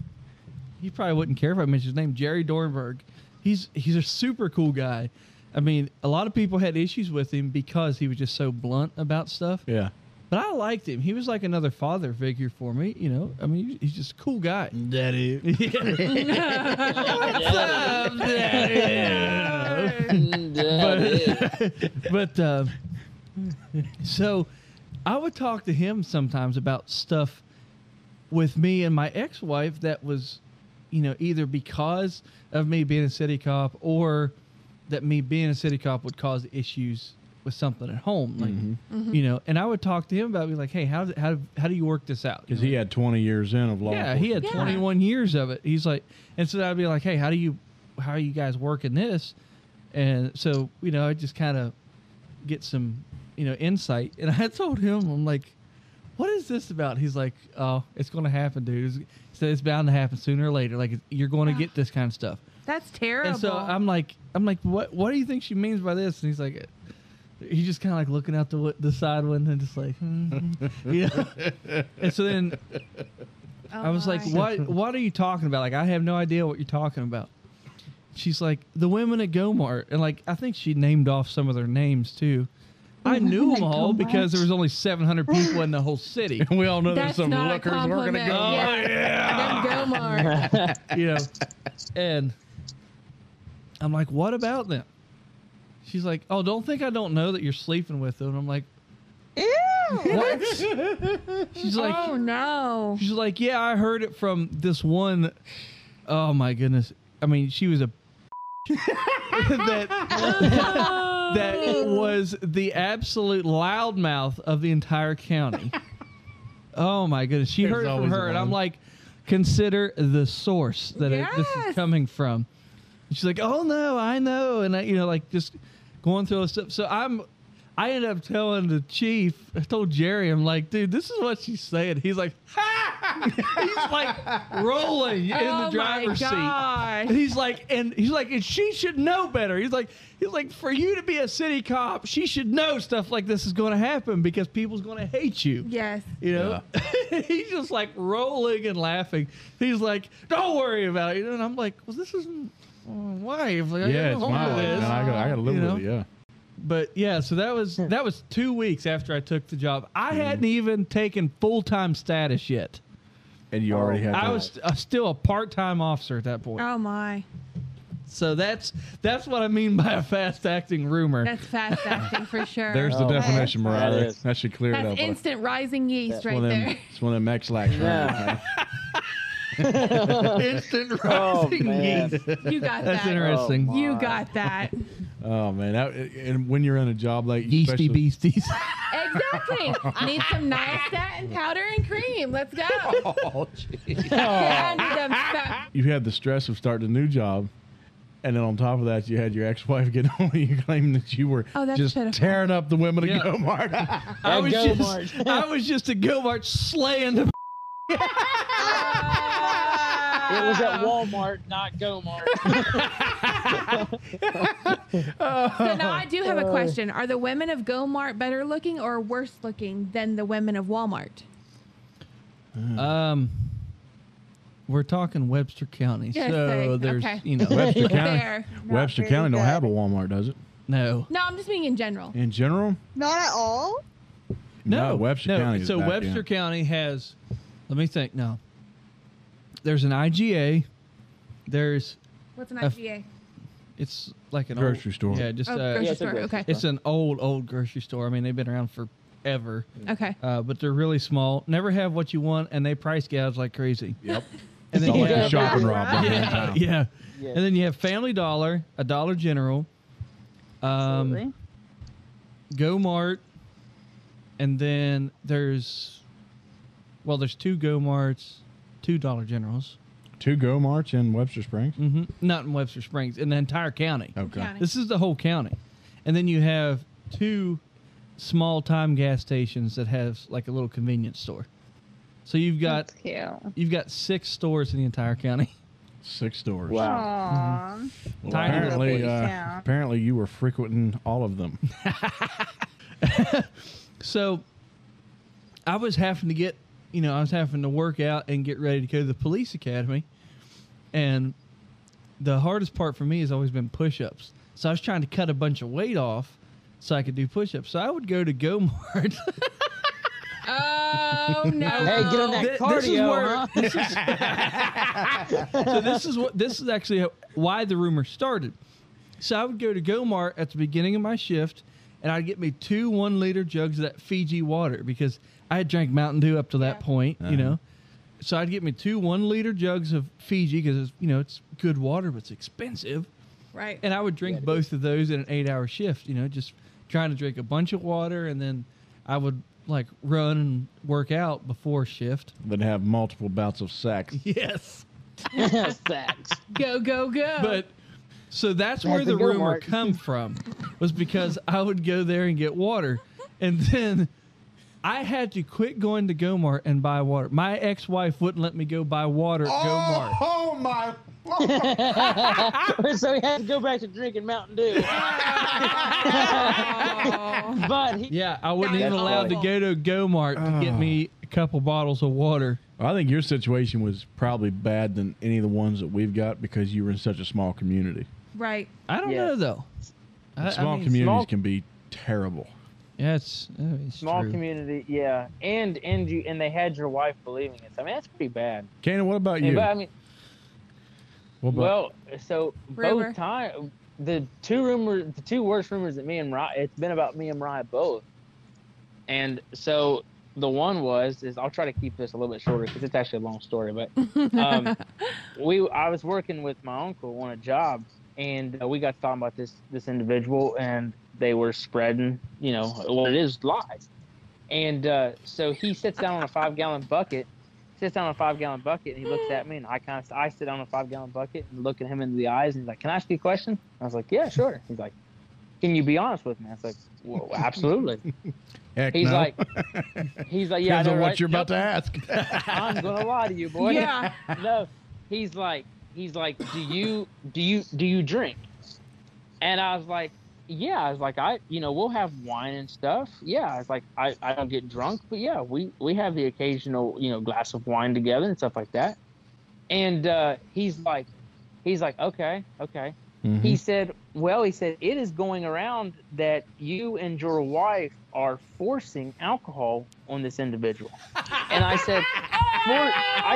S6: he probably wouldn't care if I mentioned his name, Jerry Dornberg. He's he's a super cool guy, I mean, a lot of people had issues with him because he was just so blunt about stuff.
S4: Yeah.
S6: But I liked him. He was like another father figure for me. You know, I mean, he's just a cool guy.
S4: Daddy. [laughs]
S6: Yeah.
S7: uh,
S6: but but um, so I would talk to him sometimes about stuff with me and my ex-wife that was, you know, either because of me being a city cop or that me being a city cop would cause issues with something at home, like you know. And I would talk to him about, it, be like, hey, how d- how how do you work this out? You
S4: Because he had 20 years in of law.
S6: yeah, he had
S5: Yeah.
S6: 21 years of it. He's like, and so I'd be like, hey, how do you, how are you guys working this? And so you know, I just kind of get some, you know, insight. And I told him, I'm like, what is this about? He's like, oh, it's going to happen, dude. It's, so it's bound to happen sooner or later. Like you're going to get this kind of stuff.
S5: That's terrible.
S6: And so I'm like, I'm like, what? What do you think she means by this? And he's like, he's just kind of like looking out the wi- the side window, and just like, [laughs] hmm you know. and so then
S5: Oh
S6: I was like,
S5: my.
S6: "What? What are you talking about? Like, I have no idea what you're talking about." She's like, "The women at Gomart," and like, I think she named off some of their names too. I knew them all because there was only 700 people in the whole city.
S4: [laughs] we all know
S5: That's
S4: there's some
S5: not a
S4: lookers working
S5: compliment. Oh,
S4: at Gomart.
S5: yeah.
S6: [laughs]
S5: Them Gomar.
S6: you know. And I'm like, what about them? She's like, oh, don't think I don't know that you're sleeping with them. And I'm like, what? she's like,
S5: oh no.
S6: she's like, yeah, I heard it from this one. Oh my goodness. I mean, she was a [laughs] that [laughs] that was the absolute loudmouth of the entire county. Oh my goodness. She
S4: There's
S6: heard it from
S4: always
S6: her, and I'm
S4: one.
S6: like, consider the source that it, this
S5: Yes.
S6: is coming from. And she's like, oh no, I know. And I, you know, like just going through all this stuff. So I'm, I ended up telling the chief, I told Jerry, I'm like, dude, this is what she's saying. He's like, [laughs] ha! He's like rolling in
S5: oh
S6: the driver's
S5: my
S6: seat.
S5: gosh.
S6: And he's like, and he's like, and she should know better. He's like, he's like, for you to be a city cop, she should know stuff like this is going to happen because people's going to hate you.
S5: Yes.
S6: You know, [laughs] he's just like rolling and laughing. He's like, don't worry about it. You know, and I'm like, well, this isn't my wife. Like, I
S4: Yeah,
S6: got
S4: it's
S6: home
S4: my
S6: with
S4: life.
S6: this.
S4: man. I got, I got to live
S6: You know?
S4: with it. Yeah.
S6: But yeah, so that was that was two weeks after I took the job.
S4: Mm-hmm.
S6: I hadn't even taken full time status yet.
S1: And
S4: Oh,
S1: you already had.
S6: I
S1: to-
S6: was uh, still a part time officer at that point.
S5: Oh my.
S6: So that's that's what I mean by a fast acting rumor.
S5: That's fast acting
S6: [laughs]
S5: for sure.
S4: There's the
S9: Oh,
S4: definition, Mariah.
S9: that
S4: That,
S9: is-
S4: should clear it
S5: That's
S4: up.
S5: instant rising yeast
S4: it's,
S5: right
S4: one of them,
S5: there. [laughs]
S4: it's one of them X-Lax.
S9: Yeah.
S5: [laughs]
S6: Instant
S9: Oh,
S6: rising
S9: man.
S6: yeast.
S5: You got
S6: That's
S5: that.
S6: interesting.
S9: Oh,
S5: You got that.
S4: Oh man, that, and when you're in a job like
S6: Yeasty
S4: especially-
S6: beasties.
S5: exactly. Need some nystatin powder and cream. Let's go.
S4: Oh, gee.
S5: [laughs] Yeah, I need them fat-
S4: you had the stress of starting a new job, and then on top of that, you had your ex-wife [laughs] get on you claiming that you were
S5: Oh, that's
S4: just
S5: pitiful.
S4: tearing up the women
S6: Yeah.
S4: to go [laughs] Marta.
S6: [laughs] I
S9: At
S6: was just
S9: Gilmart.
S6: I was just a Gilmart slaying the
S8: Oh. [laughs]
S9: It was at Walmart, not Gomart.
S5: So now I do have a question. Are the women of Gomart better looking or worse looking than the women of Walmart?
S6: Um, we're talking Webster County,
S5: Yes,
S6: so
S5: they-
S6: there's
S5: okay.
S6: you know
S5: [laughs]
S4: Webster County,
S5: Fair.
S4: Webster County don't have a Walmart, does it?
S6: no
S5: No, I'm just being in general.
S4: In general,
S10: Not at all.
S6: no
S4: Webster
S6: no.
S4: County. is
S6: So
S4: back in.
S6: Webster County has, let me think. No, there's an IGA. There's
S5: What's an
S6: F-
S5: IGA?
S6: it's like an
S4: Grocery
S6: old,
S4: store.
S6: Yeah, just
S5: Oh,
S6: uh,
S5: grocery
S9: it's a
S5: store.
S9: grocery
S5: Okay.
S6: it's an old old grocery store. I mean, they've been around forever,
S5: Okay.
S6: uh, but they're really small. Never have what you want, and they price gouge like crazy.
S4: Yep.
S6: And
S4: It's
S6: then
S4: all
S6: you
S4: like a
S6: have-
S4: shopping rob. [laughs]
S6: yeah, [laughs] yeah.
S9: Yes.
S6: And then you have Family Dollar, a Dollar General, um, Go Mart, and then there's, well, there's two Go Marts, two Dollar Generals,
S4: Two Go Marts in Webster Springs.
S6: hmm not in Webster Springs, in the entire county.
S4: Okay.
S5: County.
S6: This is the whole county, and then you have two small time gas stations that have like a little convenience store. So you've got
S8: That's cute.
S6: you've got six stores in the entire county.
S4: Six stores.
S9: Wow.
S8: Aww.
S4: Well,
S6: Tiny little
S4: apparently,
S8: place.
S4: uh,
S8: Yeah.
S4: apparently, you were frequenting all of them. [laughs]
S6: So I was having to get, you know, I was having to work out and get ready to go to the police academy. And the hardest part for me has always been push ups. So I was trying to cut a bunch of weight off so I could do push ups. So I would go to GoMart. [laughs]
S5: Oh no!
S9: Hey, get on that
S6: Th-
S9: cardio,
S6: this is where-
S9: huh?
S6: this is- so [laughs] this is what this is actually why the rumor started. So I would go to Gomart at the beginning of my shift, and I'd get me two one liter jugs of that Fiji water because I had drank Mountain Dew up to that point, you know. So I'd get me two one liter jugs of Fiji because it's you know it's good water but it's expensive,
S5: Right.
S6: and I would drink both of those in an eight hour shift. You know, just trying to drink a bunch of water, and then I would like run and work out before shift.
S4: That have multiple bouts of sex.
S6: Yes.
S7: [laughs]
S9: Sex.
S5: go go go.
S6: But so that's where
S9: That's a
S6: the
S9: good
S6: rumor
S9: mark.
S6: come from was because I would go there and get water. And then I had to quit going to Gomart and buy water. My ex-wife wouldn't let me go buy water at Gomart.
S1: Oh my!
S9: so he had to go back to drinking
S7: [laughs]
S9: Mountain [laughs] Dew.
S5: Oh.
S9: But he,
S6: Yeah, I wasn't even
S9: That's
S6: allowed to
S9: awful.
S6: go to Gomart to
S9: Ah.
S6: get me a couple bottles of water.
S4: I think your situation was probably bad than any of the ones that we've got because you were in such a small community.
S5: right.
S6: I don't
S7: Yeah.
S6: know though. I- I
S4: small
S6: mean,
S4: communities
S7: small-
S4: can be terrible.
S6: Yeah, it's, uh, it's
S7: Small
S6: true.
S7: community, yeah, and and you and they had your wife believing it. I mean, that's pretty bad.
S4: Kanan, what about you?
S7: But I mean,
S4: what about
S7: well, so
S5: Rumor.
S7: both time the two rumors, the two worst rumors that me and Ryan, it's been about me and Ryan both. And so the one was is I'll try to keep this a little bit shorter because it's actually a long story. But
S4: [laughs]
S5: [laughs]
S7: um, we I was working with my uncle on a job, and uh, we got talking about this this individual, and they were spreading, you know, what it is lies. And uh, so he sits down on a five gallon bucket, sits down on a five gallon bucket, and he looks at me, and I kind of I sit down on a five gallon bucket and look at him into the eyes, and he's like, "Can I ask you a question?" I was like, "Yeah, sure." He's like, "Can you be honest with me?" I was like,
S4: [laughs]
S7: well, "Absolutely."
S4: Heck
S7: He's
S4: no. [laughs]
S7: like, he's like, "Yeah, I
S4: Depends
S7: know,
S4: on what
S7: right?
S4: you're about
S7: Nope.
S4: to ask.
S7: [laughs] I'm gonna lie to
S4: [laughs]
S7: you, boy.
S5: Yeah.
S7: [laughs] No, he's like, he's like, do you, do you, do you drink? And I was like, yeah. I was like, I, you know, we'll have wine and stuff. Yeah. I was like, I, I don't get drunk, but yeah, we, we have the occasional, you know, glass of wine together and stuff like that. And uh, he's like, he's like, okay, okay.
S4: Mhm.
S6: Mm-hmm.
S7: He said, well, he said it is going around that you and your wife are forcing alcohol on this individual. And I said, for,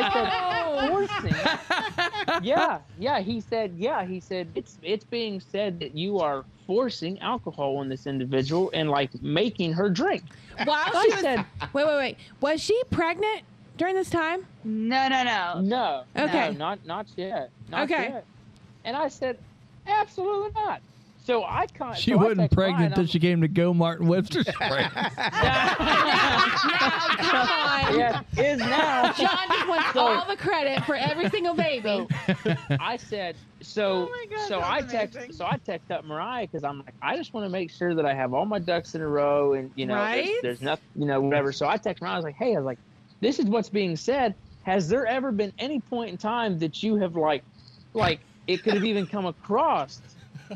S7: I said forcing. yeah, yeah. He said, yeah. He said it's it's being said that you are forcing alcohol on this individual and like making her drink.
S5: While she
S7: I
S5: was
S7: said
S5: wait wait wait was she pregnant during this time?
S8: No, no, no.
S7: no.
S5: Okay.
S7: No, not not yet. Not
S5: Okay.
S7: Yet. And I said, absolutely not. So I can't.
S6: She
S7: so I
S6: wasn't
S7: text Ryan,
S6: pregnant
S7: I'm-
S6: until
S7: [laughs]
S6: she [laughs] came to Gomart and Webster.
S5: Come on.
S7: yeah,
S5: [laughs]
S7: is now.
S5: John just wants all the credit for every single baby.
S7: So I said so. so I text. So I text up Mariah because I'm like, I just want to make sure that I have all my ducks in a row, and you know,
S5: Right?
S7: there's, there's nothing, you know, whatever. So I text Mariah. I was like, Hey, I was like, this is what's being said. Has there ever been any point in time that you have like, like it could have even come across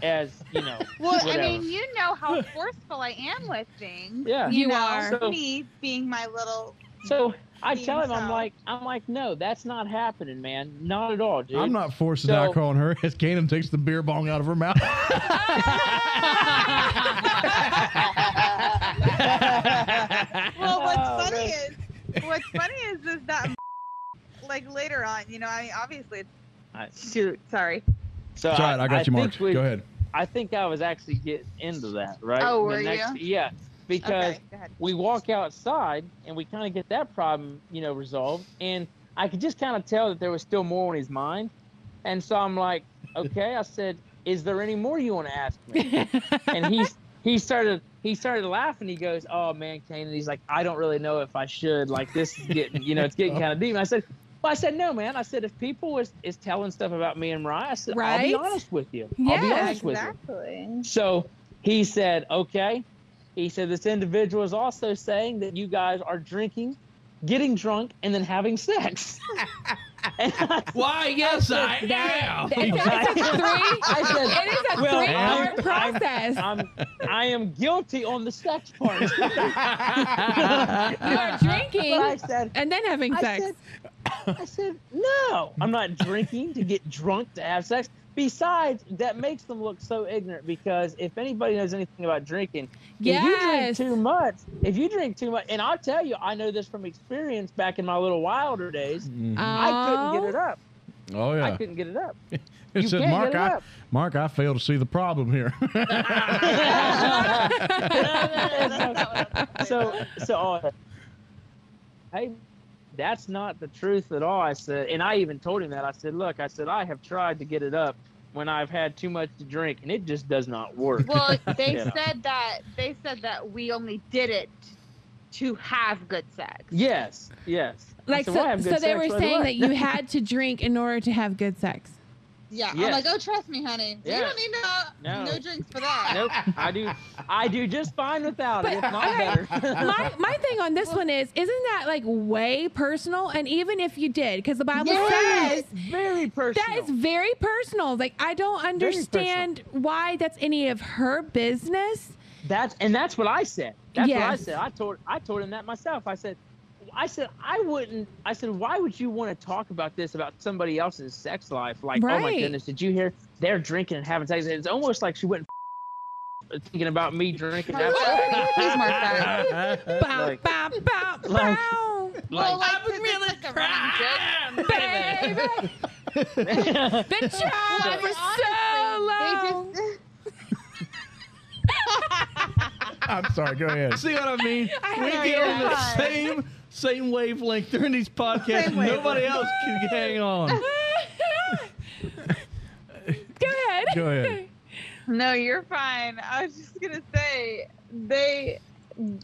S7: as you know,
S8: Well,
S7: whatever.
S8: I mean, you know how forceful I am with things.
S7: yeah.
S5: You
S8: know,
S5: are.
S7: So-
S8: me being my little.
S7: So I
S8: Being
S7: tell him, I'm
S8: so.
S7: like, I'm like, no, that's not happening, man. Not at all, dude.
S4: I'm not [laughs] forcing
S7: So-
S4: alcohol on her [laughs] as Kanan takes the beer bong out of her
S7: [laughs]
S4: mouth.
S8: [laughs] Well, what's
S7: Oh, man.
S8: funny is, what's funny is, is that like later on, you know, I mean, obviously, it's,
S7: [laughs] I-
S8: shoot, sorry.
S7: So
S4: It's all right, I got you, Mark.
S7: think we-
S4: Go ahead.
S7: I think I was actually getting into that, right?
S8: Oh,
S7: The
S8: were
S7: Yeah, because
S8: Okay, go ahead.
S7: we walk outside and we kind of get that problem, you know, resolved. And I could just kind of tell that there was still more on his mind. And so I'm like, okay, I said, is there any more you want to ask me? and he's he started he started laughing. He goes, oh man, Kane. And he's like, I don't really know if I should. Like this is getting, you know, it's getting kind of deep. And I said. Well, I said no, man. I said if people is, is telling stuff about me and Ryan, I said I'll
S5: Right?
S7: be honest with you. I'll be
S5: Yeah,
S7: honest with you.
S8: Exactly.
S7: So he said, okay. He said, this individual is also saying that you guys are drinking, getting drunk, and then having sex. [laughs] and I,
S6: Why? Yes, I am.
S5: It sounds like a three.
S7: I said,
S5: It is a
S7: Well,
S5: three-hour
S7: I'm-
S5: process.
S7: I'm, I am guilty on the sex part. [laughs]
S5: you are drinking
S7: But Uh-huh. I said,
S5: and then having
S7: I
S5: sex.
S7: said, I said, no, I'm not drinking to get drunk to have sex. Besides, that makes them look so ignorant because if anybody knows anything about drinking,
S5: Yes.
S7: if you drink too much, if you drink too much, and I'll tell you, I know this from experience back in my little wilder days. I couldn't get it up.
S4: Mm-hmm. Oh yeah.
S7: I couldn't get it up. [laughs]
S4: It
S7: you
S4: said,
S7: can't
S4: Mark,
S7: get it
S4: I,
S7: up."
S4: Mark, I fail to see the problem here. [laughs]
S7: so so uh, hey that's not the truth at all i said and i even told him that i said look i said i have tried to get it up when i've had too much to drink and it just does not work
S8: [laughs] Well, they
S7: Yeah.
S8: said that they said that we only did it to have good sex.
S7: yes yes I
S5: Like
S7: said, "Well, I
S5: so,
S7: have
S5: so
S7: good
S5: they
S7: sex,
S5: were
S7: so I
S5: saying
S7: like."
S5: that
S7: [laughs]
S5: you had to drink in order to have good sex.
S8: Yeah.
S7: Yes.
S8: I'm like, oh, trust me, honey.
S7: Yeah.
S8: You don't need no,
S7: No.
S8: no drinks for that.
S7: nope i do i do just fine without it if
S5: But-
S7: not
S5: okay.
S7: [laughs] better
S5: my my thing on this one is, isn't that like way personal? And even if you did, because the Bible
S7: Yes,
S5: says
S7: very personal
S5: that is very personal. Like I don't
S7: personal.
S5: understand why that's any of her business.
S7: That's and that's what I said. That's what I
S5: Yes.
S7: said. I told I told him that myself. I said, I said I wouldn't. I said, why would you want to talk about this about somebody else's sex life? Like, oh my
S5: Right.
S7: goodness, did you hear they're drinking and having sex? It's almost like she went [laughs] thinking about me drinking.
S8: Mark,
S7: after.
S8: please mark that.
S5: Bow,
S7: Like-
S5: bow, bow,
S7: Like-
S5: bow.
S7: Like,
S8: Well, like, since it's like a running joke.
S5: Baby, the
S8: Well, I
S5: child
S8: mean,
S5: was so
S8: honestly,
S5: long.
S8: they just-
S4: I'm sorry. Go ahead.
S6: See what I mean?
S5: I
S6: we
S5: know
S6: get
S5: you're
S6: on the
S8: right.
S6: same same wavelength during these podcasts.
S8: Same
S6: Nobody
S8: wavelength.
S6: else can hang on.
S5: [laughs] Go ahead.
S4: Go ahead.
S8: No, you're fine. I was just gonna say they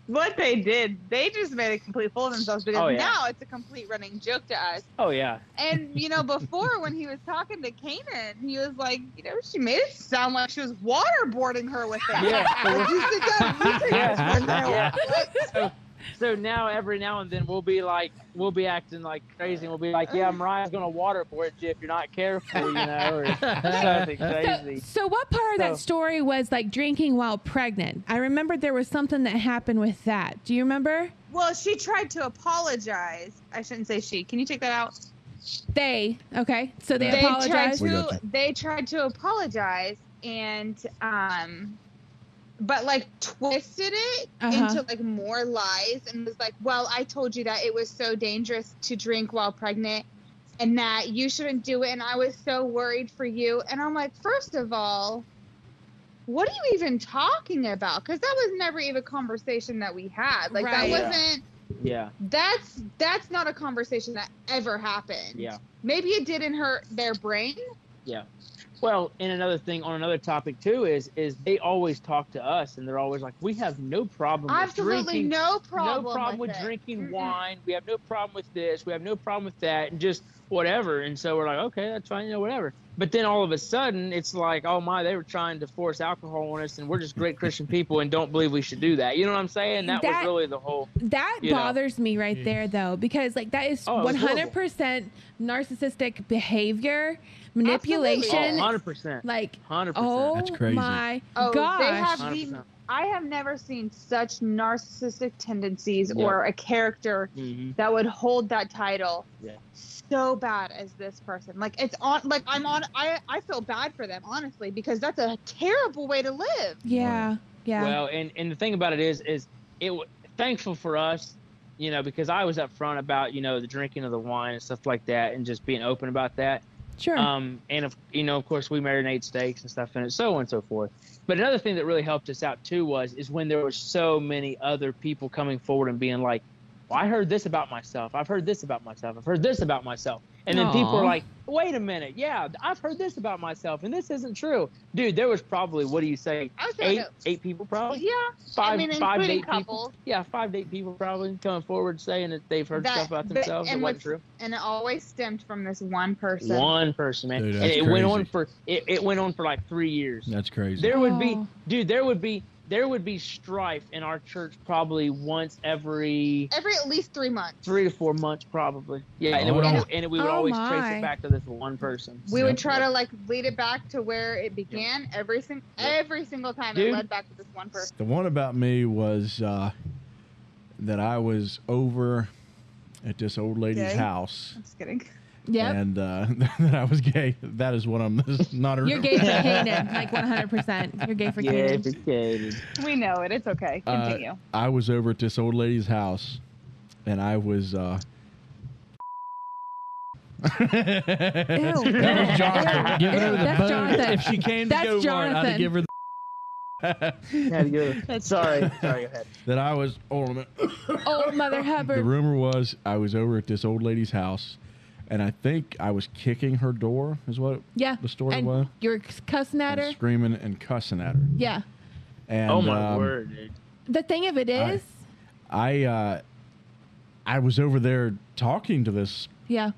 S8: what they did, they just made a complete fool of themselves because
S7: Oh, yeah.
S8: now it's a complete running joke to us.
S7: oh yeah,
S8: And you know, before when he was talking to Kanan, he was like, you know, she made it sound like she was waterboarding her with it.
S7: Yeah.
S8: [laughs] Like, you said that, you said that, and I
S7: yeah.
S8: was like,
S7: So, so now every now and then we'll be like we'll be acting like crazy. and We'll be like, yeah, Mariah's gonna waterboard you if you're not careful, you
S5: [laughs]
S7: know, or something
S5: So,
S7: crazy.
S5: so what part of
S7: So-
S5: that story was like drinking while pregnant? I remember there was something that happened with that. Do you remember?
S8: Well, she tried to apologize. I shouldn't say she. Can you take that out?
S5: They okay. So they,
S8: they
S5: apologized.
S4: We
S8: tried
S4: got
S8: to they tried to apologize and um but like twisted it
S5: Uh-huh.
S8: into like more lies and was like well i told you that it was so dangerous to drink while pregnant and that you shouldn't do it and i was so worried for you and i'm like first of all what are you even talking about because that was never even a conversation that we had like
S5: Right.
S8: that
S7: Yeah.
S8: wasn't
S7: Yeah,
S8: that's that's not a conversation that ever happened
S7: yeah.
S8: maybe it did in her their brain
S7: Well, and another thing on another topic too is is they always talk to us and they're always like, we have no problem.
S8: Absolutely
S7: with drinking,
S8: no problem.
S7: no problem with,
S8: it.
S7: drinking
S8: Mm-mm.
S7: wine. We have no problem with this. We have no problem with that, and just whatever. And so we're like, okay, that's fine, you know, whatever. But then all of a sudden, it's like, oh my, they were trying to force alcohol on us, and we're just great Christian people and don't believe we should do that. You know what I'm saying? That,
S5: That-
S7: was really the whole. oh,
S5: That
S7: You know.
S5: bothers me right
S6: Mm.
S5: there though, because like that is
S7: Oh,
S5: one
S7: it's horrible.
S5: hundred percent narcissistic behavior,
S7: Oh,
S5: manipulation.
S7: 100%.
S5: Like
S7: 100%.
S5: oh
S4: That's crazy.
S5: my
S8: Oh,
S5: gosh.
S8: they have the.
S7: 100%.
S8: I have never seen such narcissistic tendencies
S7: Yeah.
S8: or a character
S7: Mhm.
S8: that would hold that title
S7: Yeah.
S8: so bad as this person. Like it's on. Like I'm on. I I feel bad for them honestly because that's a terrible way to live.
S5: yeah, yeah.
S7: Well, and, and the thing about it is, is it w- thankful for us, you know, because I was upfront about you know the drinking of the wine and stuff like that, and just being open about that.
S5: sure.
S7: Um, and of you know, of course, we marinate steaks and stuff in it, so on and so forth. But another thing that really helped us out too was is when there were so many other people coming forward and being like, well, "I heard this about myself. I've heard this about myself. I've heard this about myself." And then people
S5: Aw.
S7: are like, "Wait a minute, yeah, I've heard this about myself, and this isn't true, dude." There was probably what do you say,
S8: I was
S7: eight
S8: like,
S7: eight people probably
S8: yeah.
S7: five
S8: I mean,
S7: five to
S8: including
S7: eight people.
S8: couples,
S7: Yeah, five to eight people probably coming forward saying that they've heard
S8: That-
S7: stuff about
S8: but-
S7: themselves that
S8: and
S7: wasn't
S8: what's-
S7: true.
S8: and it always stemmed from this one person.
S7: One person, man,
S4: Dude,
S7: and it
S4: that's
S7: went
S4: crazy.
S7: on for it, it went on for like three years.
S4: That's crazy.
S7: There would be,
S5: Oh.
S7: dude. There would be, there would be strife in our church probably once every
S8: Every at least three months.
S7: three to four months, probably. Yeah, and it would,
S4: Oh.
S7: al- and it- we would
S5: Oh
S7: always trace
S5: my.
S7: it back to this one person.
S8: We
S4: Yep.
S8: would try to like lead it back to where it began every sing- every single time
S7: Dude.
S8: it led back to this
S5: [laughs]
S8: one person.
S4: The one about me was uh, that I was over at this old lady's
S8: Gay?
S4: house,
S8: I'm just kidding.
S5: Yep.
S4: and uh, [laughs] that I was gay. That is what I'm [laughs] not.
S5: You're gay for
S7: [laughs]
S5: Kanan, like 100%. You're gay for
S9: Yeah,
S5: Kanan.
S8: We know it. It's okay.
S4: Uh,
S8: Continue.
S4: I was over at this old lady's house, and I was. Uh,
S5: Ew.
S6: That was Jonathan. Give her the
S5: That's
S6: bone.
S5: Jonathan.
S6: If she came to
S5: That's
S6: go Jonathan. I'd
S5: Jonathan.
S6: give her the.
S9: sorry. Sorry, go ahead.
S4: that I was. oh, Hold on a minute.
S5: Old Oh, Mother
S4: The
S5: Hubbard.
S4: rumor was I was over at this old lady's house, and I think I was kicking her door. Is what
S5: Yeah.
S4: the story
S5: and
S4: was.
S5: You're cussing at
S4: and
S5: her.
S4: screaming and cussing at her.
S5: Yeah.
S4: And
S7: oh my
S4: um,
S7: word, dude.
S5: The thing of it
S4: I-
S5: is,
S4: I uh, I was over there talking to this
S5: yeah.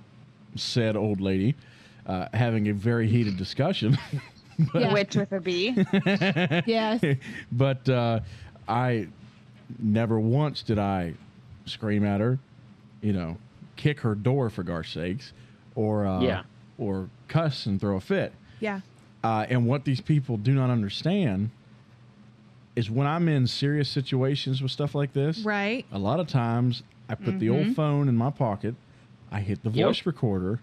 S4: said old lady, uh, having a very heated discussion. [laughs]
S5: Yeah.
S8: Witch with
S5: [laughs]
S8: a B.
S5: Yes.
S6: [laughs]
S4: but uh, I never once did I scream at her, you know, kick her door for God's sakes, or uh,
S7: Yeah.
S4: or cuss and throw a fit.
S5: Yeah.
S4: Uh, and what these people do not understand is when I'm in serious situations with stuff like this,
S5: Right.
S4: a lot of times I put the old phone in my pocket, I hit the
S7: Yep.
S4: voice recorder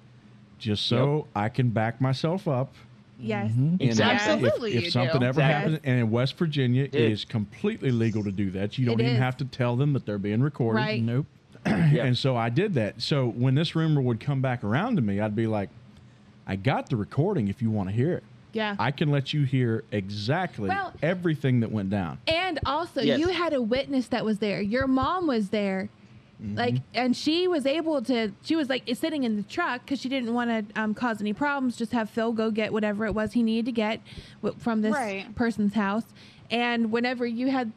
S4: just so I can back myself up.
S5: Yes.
S4: And
S7: Exactly.
S4: if-
S8: Absolutely
S4: If,
S8: you
S4: something
S8: do.
S4: ever
S7: Exactly.
S4: happens, and in West Virginia, it
S7: Dude.
S4: is completely legal to do that. You don't
S5: It
S4: even
S5: is.
S4: have to tell them that they're being recorded.
S5: Right.
S6: Nope.
S7: Yeah.
S4: And so I did that. So when this rumor would come back around to me, I'd be like, I got the recording if you want to hear it.
S5: Yeah.
S4: I can let you hear exactly
S5: Well-
S4: everything that went down.
S5: And also,
S7: Yes.
S5: you had a witness that was there. Your mom was there. Like, and she was able to, she was like sitting in the truck because she didn't want to um, cause any problems, just have Phil go get whatever it was he needed to get w- from this
S8: Right.
S5: person's house. And whenever you had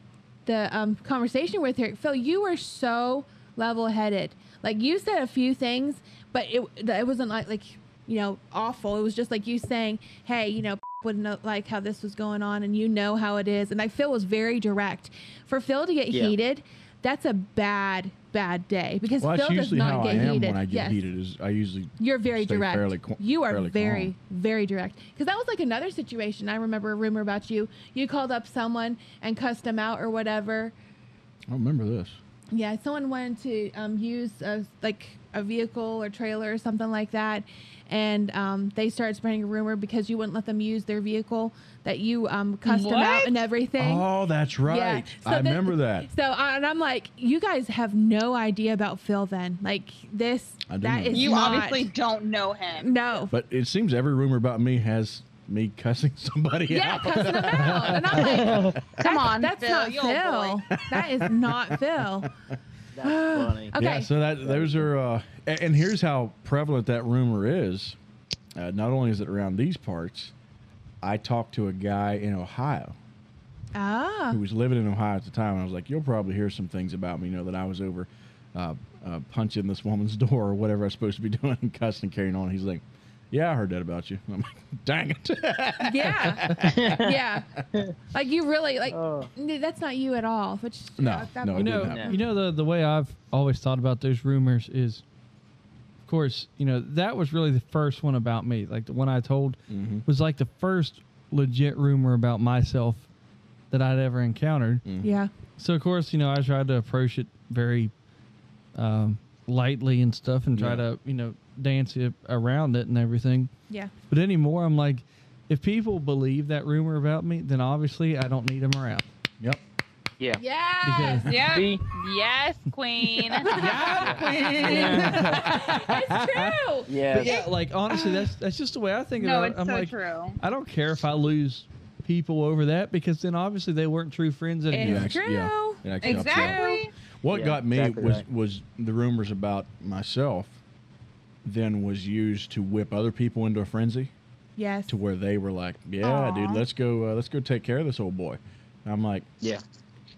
S5: the um, conversation with her, Phil, you were so level headed. Like, you said a few things, but it, that it wasn't like, like, you know, awful. It was just like you saying, hey, you know, [laughs] wouldn't like how this was going on and you know how it is and i feel was very direct for phil to get
S7: Yeah.
S5: heated that's a bad bad day because
S4: Well,
S5: phil
S4: that's
S5: does
S4: usually
S5: not
S4: how I
S5: get
S4: am
S5: heated
S4: when I get
S5: yes.
S4: heated. Is I usually
S5: you're very
S4: stay
S5: direct
S4: fairly qu-
S5: you are
S4: fairly
S5: very
S4: calm.
S5: very direct because that was like another situation i remember a rumor about you you called up someone and cussed them out or whatever
S4: I remember this.
S5: yeah, someone wanted to um, use a, like a vehicle or trailer or something like that, and um, they started spreading a rumor because you wouldn't let them use their vehicle that you um, cussed them out
S8: What?
S5: and everything.
S4: Oh, that's right.
S5: Yeah. So
S4: I
S5: the-
S4: remember that.
S5: So I- and I'm like, you guys have no idea about Phil. Then like this,
S4: I do
S5: that
S4: know.
S5: is
S8: You
S5: not-
S8: obviously don't know him.
S5: no.
S4: But it seems every rumor about me has me cussing [laughs] somebody
S5: yeah,
S4: out.
S5: cussing them out, and I'm like,
S4: [laughs]
S8: Come on,
S5: that's
S8: Phil.
S5: not
S8: you old boy.
S5: Phil. [laughs] That is not Phil.
S7: That's funny.
S5: [gasps] Okay.
S4: Yeah, so that those are, uh, a- and here's how prevalent that rumor is. Uh, not only is it around these parts, I talked to a guy in Ohio [laughs]
S5: ah.
S4: who was living in Ohio at the time, and I was like, "You'll probably hear some things about me, you know, that I was over uh, uh, punching this woman's [laughs] door or whatever I was supposed to be doing and cussing, and carrying on." He's like, "Yeah, I heard that about you." [laughs] And I'm like, "Dang it!" [laughs]
S5: Yeah. yeah. Like you really like
S7: Oh.
S5: n- that's not you at all. Which
S4: No,
S5: uh, that-
S4: no,
S6: You
S4: it
S6: know,
S4: didn't happen.
S6: you know the the way I've always thought about those rumors is, of course, you know that was really the first one about me. Like the one I told was like the first legit rumor about myself that I'd ever encountered.
S4: Mm.
S5: Yeah.
S6: So of course, you know, I tried to approach it very um, lightly and stuff, and try
S4: Yeah.
S6: to you know dance it around it and everything.
S5: Yeah.
S6: But anymore, I'm like, if people believe that rumor about me, then obviously I don't need them around.
S4: yep.
S7: Yeah.
S5: Yes.
S4: [laughs]
S8: Yeah.
S7: See?
S8: Yes, queen.
S5: it's true.
S6: But
S7: Yeah.
S6: yeah, like honestly, that's that's just the way I think
S8: no,
S6: about it.
S8: it's
S6: I'm
S8: so
S6: like,
S8: true.
S6: I don't care if I lose people over that because then obviously they weren't true friends
S5: It's
S6: anymore.
S4: Yeah, actually- yeah.
S5: true.
S4: It actually helps you out.
S8: Exactly.
S4: What
S7: Yeah,
S4: got me
S7: exactly
S4: was
S7: right.
S4: was the rumors about myself then was used to whip other people into a frenzy
S5: Yes.
S4: to where they were like, "Yeah,
S8: Aw.
S4: dude, let's go uh, let's go take care of this old boy." And I'm like,
S7: Yeah.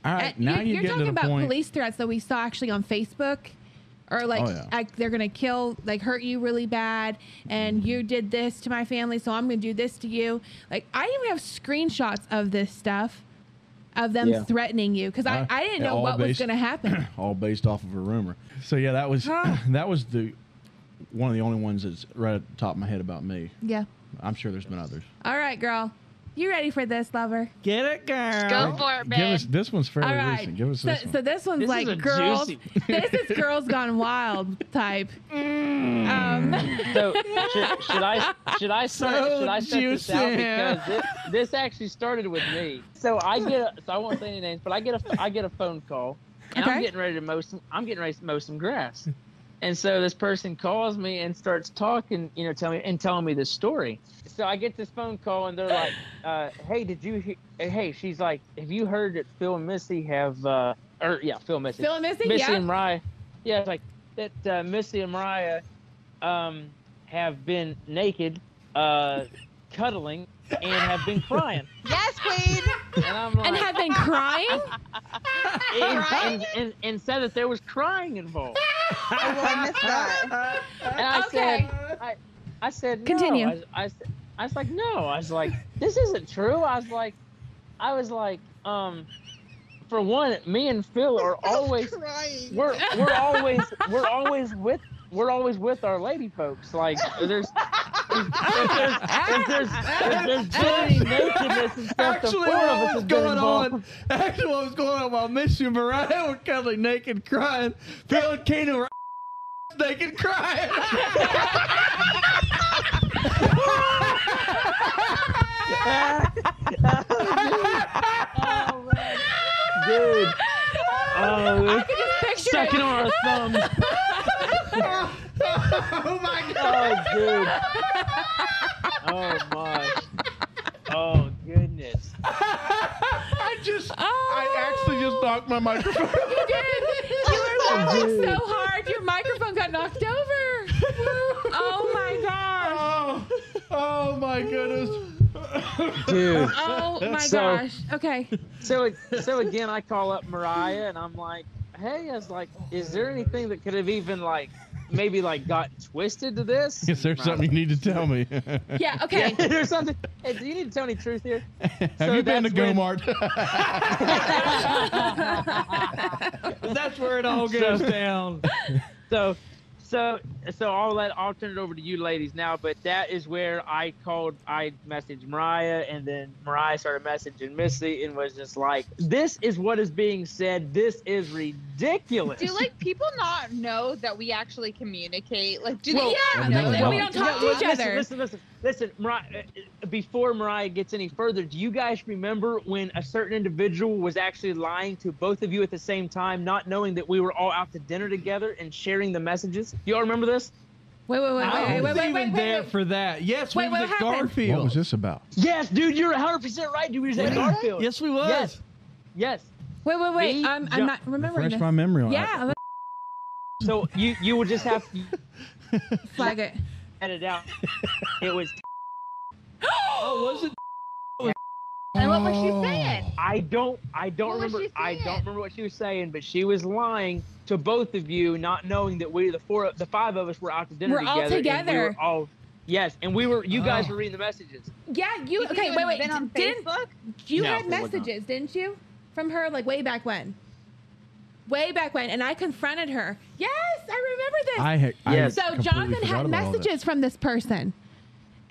S4: "All
S5: Uh,
S4: right, now
S5: you're,
S4: you're,
S5: you're
S4: getting
S5: talking
S4: to the
S5: about
S4: point."
S5: police threats that we saw actually on Facebook or like
S4: Oh, yeah.
S5: like they're going to kill like hurt you really bad
S4: Mm-hmm.
S5: and you did this to my family so I'm going to do this to you. Like I even have screenshots of this stuff of them
S7: Yeah.
S5: threatening you cuz I,
S4: Uh,
S5: I didn't
S4: yeah,
S5: know
S4: all
S5: what was
S4: based-
S5: going to happen.
S4: [coughs] all based off of a rumor. So yeah, that was [coughs] that was the one of the only ones that's right at the top of my head about me.
S5: yeah.
S4: I'm sure there's been others.
S5: All right, girl. You ready for this, lover?
S6: Get it, girl.
S8: Go for it,
S4: Give
S8: babe.
S4: us this one's fairly
S5: All right.
S4: recent. Give us
S5: so,
S4: this one.
S6: [laughs]
S5: so this one's
S7: This is
S5: like
S7: a
S5: girls.
S7: juicy-
S5: [laughs] this is girls gone wild
S7: [laughs]
S5: type.
S7: Mm.
S5: Um, [laughs]
S7: So should, should I should I start,
S6: So
S7: should I set this out
S6: juicy.
S7: because this, this actually started with me. So I get a, so I won't say any names, but I get a I get a phone call. And I'm
S5: Okay.
S7: getting ready to mow some I'm getting ready to mow some grass. And so this person calls me and starts talking, you know, tell me and telling me this story. So I get this phone call and they're like, uh, "Hey, did you? He-? Hey, she's like, have you heard that Phil and Missy have, uh, or yeah, Phil and Missy,
S5: Phil and Missy,
S7: Missy
S5: yeah.
S7: and Mariah, yeah, it's like that uh, Missy and Mariah um, have been naked, uh, cuddling, and have been crying.
S8: [laughs] Yes, queen.
S7: And I'm like,
S5: and have
S7: [laughs]
S5: been crying.
S7: and,
S8: crying?
S7: and, and, and said that there was crying
S8: [laughs]
S7: involved.
S8: I will Oh, I miss that.
S7: And I
S5: Okay.
S7: said, I, I said, no.
S5: Continue.
S7: I, I, s- I was like, no. I was like, this isn't true. I was like, I was like, um, for one, me and Phil are always
S8: Crying.
S7: we're we're always we're always with we're always with our lady folks. Like there's if there's if there's, if there's generally nakedness and stuff,
S6: Actually,
S7: the four of
S6: what
S7: us
S6: was
S7: have been
S6: going
S7: involved.
S6: on? [laughs] Actually, what was going on while Miss and Mariah were cuddling naked, crying. Phil and Keenan were [laughs] naked, crying. [laughs]
S7: Oh, man. Dude. Oh,
S5: I
S9: [laughs]
S7: we're
S5: can just picture
S7: sucking
S5: it.
S7: on our thumbs. [laughs]
S6: [laughs]
S7: oh dude. Oh [laughs] my. Oh goodness.
S4: I just, I
S5: Oh.
S4: actually just knocked my microphone.
S7: [laughs]
S5: You did. You were
S7: Oh,
S5: laughing so hard, your microphone got knocked over. Oh my gosh.
S4: [laughs] oh, oh my goodness.
S7: Dude.
S5: [laughs]
S7: [laughs]
S5: Oh my
S7: So-
S5: gosh. Okay.
S7: So so again I call up Mariah and I'm like, hey, I was like, is there anything that could have even like maybe like got twisted to this?
S4: Is there
S7: [laughs]
S4: something you need to tell me?
S5: Yeah, okay.
S7: Yeah, there's something. Hey, do you need to tell any
S6: [laughs]
S7: truth here?
S4: [laughs] Have
S7: So
S4: you been to
S5: [laughs]
S7: that's when-
S4: Gomart?
S6: [laughs] That's where it all
S4: [laughs]
S6: goes down.
S7: so so so i'll let i'll turn it over to you ladies now but that is where i called i messaged mariah and then mariah started messaging missy and was just like this is what is being said this is ridiculous
S8: Do like people not know that we actually communicate? Like, do
S7: Well,
S8: they?
S5: Yeah,
S4: no,
S5: like,
S4: no.
S5: we don't talk to
S7: well,
S5: each
S7: listen,
S5: other.
S7: Listen, listen, listen. Mariah, uh, before Mariah gets any further, do you guys remember when a certain individual was actually lying to both of you at the same time, not knowing that we were all out to dinner together and sharing the messages? You all remember this?
S5: Wait, wait, wait,
S6: I
S5: wait,
S6: was
S5: wait, wait,
S6: even
S5: wait,
S6: there
S5: wait, wait.
S6: for that. Yes,
S5: Wait,
S6: we was
S5: what
S6: at
S5: happened?
S6: Garfield.
S4: what was this about?
S7: Yes, dude, you're 100% right, dude. We was at Garfield.
S6: Yes, we was.
S7: Yes. Yes.
S5: Wait, wait, wait.
S7: Me,
S5: I'm, I'm
S7: John-
S5: not remembering
S4: Refresh
S5: this.
S4: my memory on
S5: Yeah, let's
S7: So you you would just have to
S5: flag it.
S7: edit it out. It was
S6: Oh, was it?
S8: And what was she saying?
S7: I don't I don't
S8: What was
S7: remember
S8: she
S7: I
S8: saying?
S7: don't remember what she was saying, but she was lying to both of you, not knowing that we the four the five of us were out to dinner
S5: We're all
S7: together. And we
S5: together.
S7: were all yes, and we were you guys
S6: Oh.
S7: were reading the messages.
S5: Yeah, you,
S8: Did
S5: okay, wait,
S8: you even
S5: wait.
S8: Been on
S5: Didn't,
S8: Facebook?
S5: you
S7: No,
S5: had
S7: it would not.
S5: messages, didn't you? From her, like, way back when. Way back when. And I confronted her. Yes, I remember this.
S4: I had. I
S7: Yes.
S5: [laughs] So
S4: completely
S5: Jonathan
S4: forgot about
S5: had
S4: all that.
S5: messages from this person,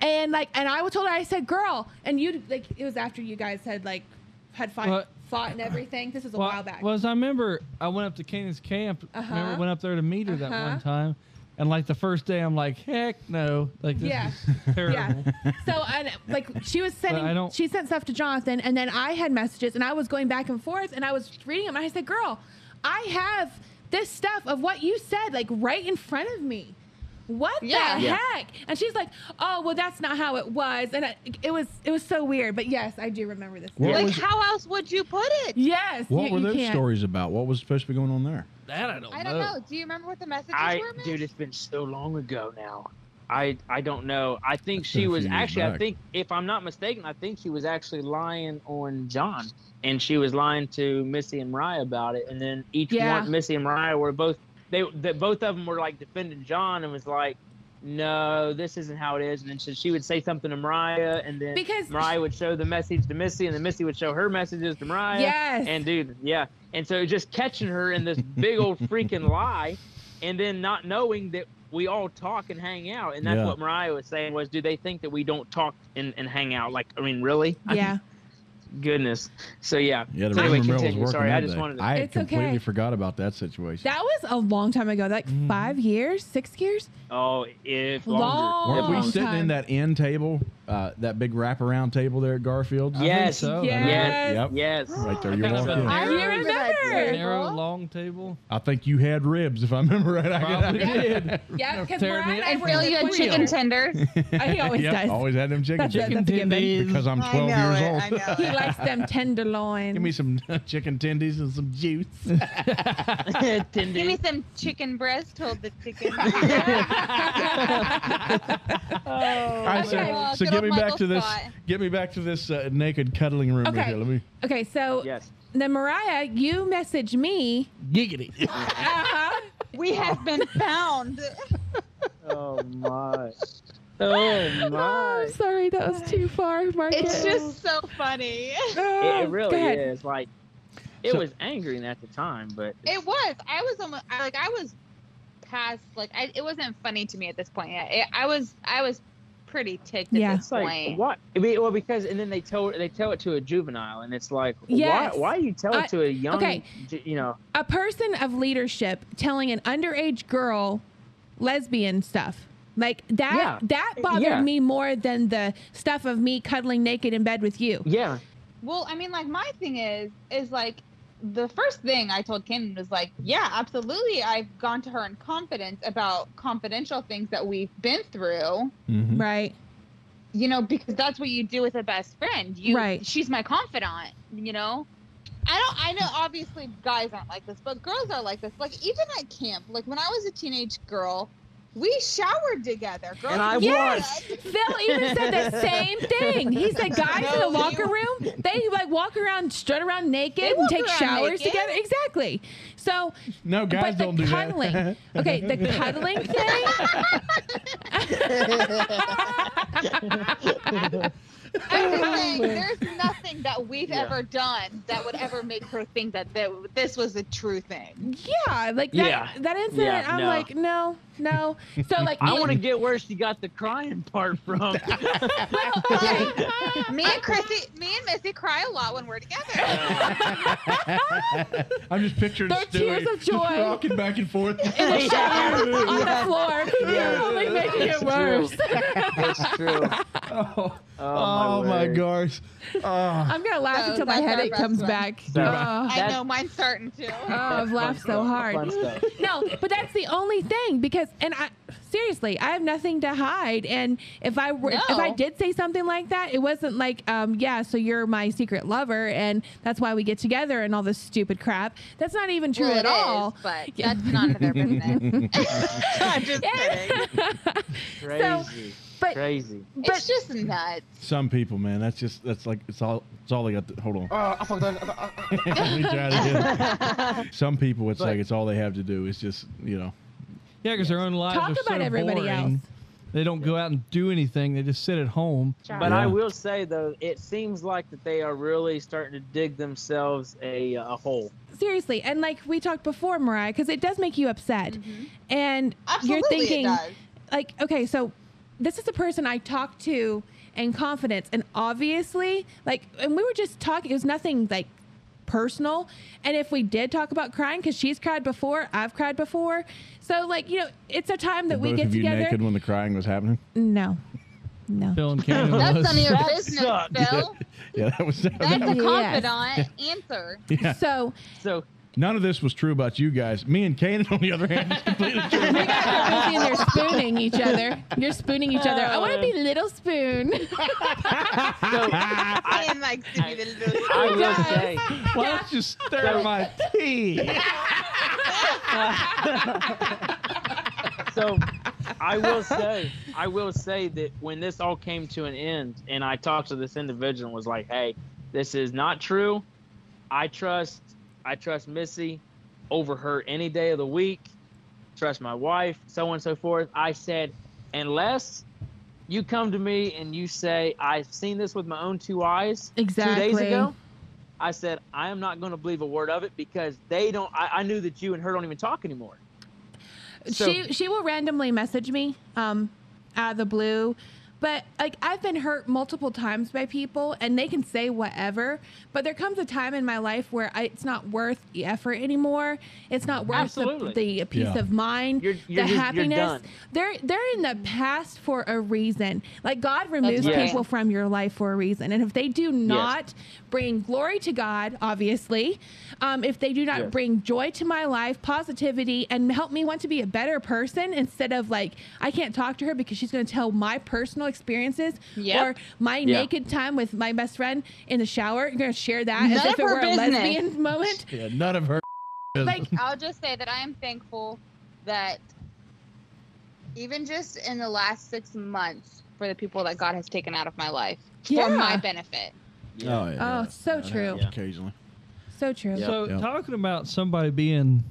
S5: and like, and I told her, I said, "Girl," and you like, it was after you guys had like, had fought,
S6: What?
S5: fought and everything. This is a
S6: Well,
S5: while back.
S6: Was I remember I went up to Kenan's camp.
S5: Uh-huh.
S6: Remember went up there to meet her that
S5: Uh-huh.
S6: one time, and like the first day, I'm like, heck no, like this
S5: Yeah.
S6: is [laughs] terrible.
S5: yeah. So and like, she was sending,
S6: I don't-
S5: she sent stuff to Jonathan, and then I had messages, and I was going back and forth, and I was reading them, and I said, "Girl, I have this stuff of what you said, like right in front of me." What
S8: Yeah.
S5: the
S8: Yeah.
S5: heck? And she's like, "Oh, well, that's not how it was." And I, it was, it was so weird. But yes, I do remember this.
S4: What
S8: Like,
S4: was-
S8: how else would you put it?
S5: Yes.
S4: What
S5: you,
S4: were
S5: you
S4: those
S5: can't.
S4: stories about? What was supposed to be going on there?
S6: That I don't,
S8: I don't know. Do you remember what the messages
S7: I
S8: were? Miss?
S7: dude, it's been so long ago now. I I don't know. I think
S4: That's been
S7: she
S4: a
S7: was
S4: few years
S7: actually I
S4: back.
S7: think if I'm not mistaken, I think she was actually lying on John. And she was lying to Missy and Mariah about it. And then each
S5: Yeah.
S7: one Missy and Mariah were both they that both of them were like defending John and was like no, this isn't how it is. And then she, she would say something to Mariah, and then
S5: Because-
S7: Mariah would show the message to Missy, and then Missy would show her messages to Mariah.
S5: Yes.
S7: And dude, yeah. And so just catching her in this big old freaking lie. and then not knowing that we all talk and hang out. And that's
S4: Yeah.
S7: what Mariah was saying was, do they think that we don't talk and, and hang out? Like, I mean, really?
S5: Yeah.
S7: Goodness. So yeah.
S4: Yeah, the
S7: So anyway,
S4: rumor mill was
S7: continue.
S4: working
S7: Sorry, I
S4: that
S7: just
S4: day.
S7: wanted to-
S4: I had
S5: It's
S4: completely
S5: okay.
S4: forgot about that situation.
S5: That was a long time ago, like
S4: Mm.
S6: Mhm.
S5: five years, six years.
S7: Oh, if
S5: Long.
S7: longer.
S4: Weren't we
S5: long
S4: sitting in
S5: time.
S4: that end table, uh, that big wraparound table there at Garfield?
S6: I think
S7: Yes.
S6: so.
S5: Yes.
S4: Yep.
S7: Yes.
S4: Right there,
S7: I
S4: you
S7: think
S4: walked
S7: so.
S4: in.
S5: I
S8: I
S5: remember
S8: remember that
S5: that.
S8: table.
S6: Narrow long table.
S4: I think you had ribs, if I remember right. I
S6: Probably did.
S5: Yeah, because
S6: Tear
S5: Mariah
S6: me
S5: and I
S8: And
S5: were
S8: Phil, you had
S5: like,
S8: chicken
S4: [laughs]
S5: "Wait."
S8: tenders.
S5: He always
S4: Yep,
S5: does.
S4: Always had them chicken
S5: That's it.
S4: chicken
S5: That's a given.
S4: because I'm 12 years old.
S8: [laughs]
S5: He likes them tenderloins.
S4: Give me some [laughs] chicken tendies and some
S5: [laughs]
S4: juice.
S8: Give me
S7: Tendies.
S8: some chicken breast. Hold the chicken.
S5: [laughs]
S8: [laughs]
S4: All right, so,
S5: Okay,
S8: well,
S4: so
S8: good
S4: get
S8: old
S4: me back
S8: Michael
S4: to this.
S8: Scott.
S4: Get me back to this uh, naked cuddling room
S5: Okay.
S4: here. Let me.
S5: Okay, so
S7: Yes.
S5: then Mariah, you message
S7: [laughs]
S5: me. [laughs]
S6: Giggity.
S5: Uh-huh.
S8: we have been found.
S7: Oh my. Oh
S5: Oh,
S7: my.
S5: I'm sorry, that was too far, Marcus.
S8: It's just so funny.
S7: It,
S5: Oh,
S7: it really
S5: go ahead.
S7: is. Like, it
S4: So-
S7: was angering at the time, but
S8: It was. I was almost I- like I was past like I, it wasn't funny to me at this point yet. It, I was I was pretty ticked
S5: Yeah.
S8: at this
S7: it's like
S8: point.
S7: what? I mean, well, because and then they tell they tell it to a juvenile, and it's like,
S5: Yes.
S7: why? Why you tell
S5: I-
S7: it to a young?
S5: okay.
S7: ju- You know.
S5: A person of leadership telling an underage girl lesbian stuff. Like that
S7: Yeah.
S5: that bothered
S7: Yeah.
S5: me more than the stuff of me cuddling naked in bed with you.
S7: Yeah.
S8: Well, I mean, like my thing is is like the first thing I told Kim was like, yeah, absolutely. I've gone to her in confidence about confidential things that we've been through.
S4: Mm-hmm.
S7: Mm-hmm.
S5: Right.
S8: you know, because that's what you do with a best friend. You,
S5: Right.
S8: She's my confidant. You know, I don't. I know. Obviously, guys aren't like this, but girls are like this. Like even at camp, like when I was a teenage girl, we showered together. Girls
S7: And I
S8: yes!
S5: Phil even
S7: [laughs]
S5: said the same thing. He said guys in the locker room, they like walk around, strut around naked,
S8: They
S5: and
S8: walk
S5: take
S8: around
S5: showers
S8: naked.
S5: together. Exactly. So,
S4: No, guys
S5: but the
S4: don't do
S5: cuddling.
S4: that. [laughs]
S5: okay, the cuddling thing.
S8: I'm just saying, there's nothing that we've ever done that would ever make her think that, that this was a true thing.
S5: Yeah, like that,
S7: Yeah.
S5: that incident.
S7: Yeah,
S5: I'm
S7: no.
S5: like, no, no. So like,
S7: I
S5: me-
S7: want to get where she got the crying part [laughs] from.
S5: well, like,
S8: Me and Chrissy, me and Missy cry a lot when we're together.
S4: [laughs] I'm just picturing
S5: They're tears
S4: Stewie
S5: of joy.
S4: just rocking back and forth. [laughs]
S5: on the floor, you're only making it
S7: It's
S5: worse.
S7: It's true.
S4: oh,
S7: Oh,
S4: oh my,
S7: word.
S4: gosh. Oh.
S5: I'm gonna laugh
S8: No,
S5: until my
S8: that's our
S5: headache
S8: best
S5: comes
S8: one.
S5: back.
S7: Yeah.
S5: Oh,
S8: I
S7: That-
S8: know mine's starting to.
S5: oh, I've laughed so hard.
S7: Fun stuff.
S5: No, but that's the only thing because, and I seriously, I have nothing to hide. And if I were, if I
S8: No.
S5: did say something like that, it wasn't like, um, yeah, so you're my secret lover, and that's why we get together and all this stupid crap. That's not even true
S8: Well,
S5: at
S8: it is,
S5: all.
S8: but
S5: Yeah.
S8: that's none of their business. I'm just kidding.
S7: Crazy.
S5: but-
S7: Crazy.
S8: It's just nuts.
S4: Some people, man, that's just that's like it's all it's all they got. To, hold on. [laughs] Let me try to do it. Some people, it's
S7: But-
S4: like it's all they have to do is just you know.
S6: Yeah, because their own lives
S5: Talk
S6: are so
S5: about everybody
S6: boring.
S5: else.
S6: They don't go out and do anything. They just sit at home.
S7: But
S4: Yeah.
S7: I will say though, it seems like that they are really starting to dig themselves a, uh, a hole.
S5: Seriously, and like we talked before, Mariah, because it does make you upset, and
S8: Mm-hmm. Absolutely,
S5: you're thinking,
S8: it does.
S5: like, okay, so this is the person I talk to in confidence, and obviously, like, and we were just talking. It was nothing like personal, and if we did talk about crying, because she's cried before, I've cried before, so like, you know, it's a time that we
S4: both
S5: get
S4: of you
S5: together.
S4: naked when the crying was happening. [laughs]
S5: No, no.
S6: Phil and Cannon
S8: That's
S6: was.
S8: none of your
S7: That
S8: business,
S7: sucked.
S8: Phil.
S4: Yeah, that was. That,
S8: That's a
S5: Yes.
S8: confidant answer.
S4: yeah.
S5: [laughs] So
S7: So
S4: None of this was true about you guys. Me and Kanan, on the other hand, is completely true.
S5: [laughs] you guys are busy and they're spooning each other. You're spooning each other. I want to be little spoon. [laughs]
S4: [laughs]
S8: And like to be the little
S7: I will
S5: does.
S7: say,
S6: Why don't you stir
S7: So-
S6: my tea?
S7: so I will say, I will say that when this all came to an end, and I talked to this individual and was like, "Hey, this is not true. I trust, I trust Missy over her any day of the week. Trust my wife, so on and so forth." I said, "Unless you come to me and you say I've seen this with my own two eyes, two days ago. I said I am not going to believe a word of it because they don't. I, I knew that you and her don't even talk anymore. So-
S5: she she will randomly message me um out of the blue but like i've been hurt multiple times by people and they can say whatever but there comes a time in my life where I, it's not worth the effort anymore it's not worth the,
S7: Absolutely.
S5: the peace
S4: Yeah.
S5: of mind
S7: You're- you're
S5: the
S7: just- you're
S5: happiness
S7: done.
S5: they're they're in the past for a reason like god removes
S7: right.
S5: people from your life for a reason and if they do not bring glory to god obviously um, if they do not
S7: Yes.
S5: bring joy to my life positivity and help me want to be a better person instead of like i can't talk to her because she's going to tell my personal experiences
S8: Yep.
S5: or my
S7: Yeah.
S5: naked time with my best friend in the shower you're going to share that as
S8: None
S5: if
S8: of
S5: it
S8: her
S5: were a
S8: business. [laughs]
S5: lesbian moment
S4: Yeah, none of her.
S5: like
S8: I'll just say that I am thankful that even just in the last six months for the people that God has taken out of my life
S5: Yeah.
S8: for my benefit.
S4: Oh, yeah.
S5: oh so true
S4: Yeah. Occasionally.
S5: so true
S6: So
S4: Yep.
S6: talking about somebody being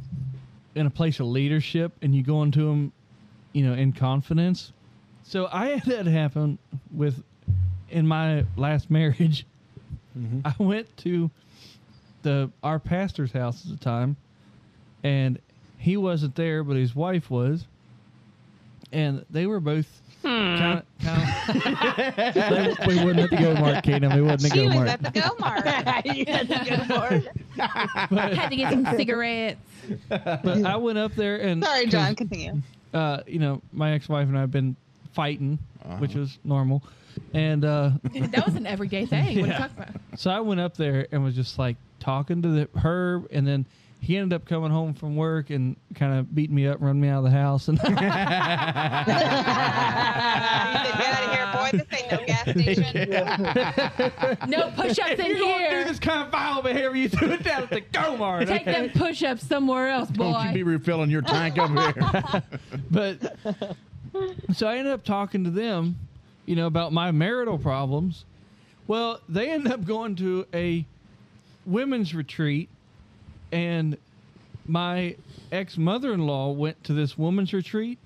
S6: in a place of leadership and you going to them, you know, in confidence. So I [laughs] had that happen with in my last marriage. I went to the our pastor's house at the time, and he wasn't there, but his wife was, and they were both. Kind of, kind of, we wasn't at the go [laughs] mart, Keenan. We wasn't at the
S8: She
S6: go
S8: was
S6: mart.
S8: at the go
S6: [laughs]
S8: mart.
S5: had to
S4: [laughs]
S5: get some cigarettes
S6: But I went up there and
S8: Sorry,
S6: 'cause
S8: John, [laughs] continue.
S6: uh, you know, my ex-wife and I have been fighting, which was normal. And uh,
S5: that was an everyday thing what are you talking about
S6: so I went up there and was just like talking to the, her, and then he ended up coming home from work and kind of beating me up, running me out of the house, and [laughs]
S8: You said, Get out of here, boy.
S6: [laughs]
S8: This ain't no gas station.
S5: no push-ups in
S6: do
S5: here
S6: this kind of vile behavior you do it down at the Gomart.
S5: take them push-ups somewhere else boy
S4: Don't you be refilling your tank over there.
S6: but so I ended up talking to them, you know, about my marital problems. Well, they ended up going to a women's retreat, and my ex mother in law went to this women's retreat.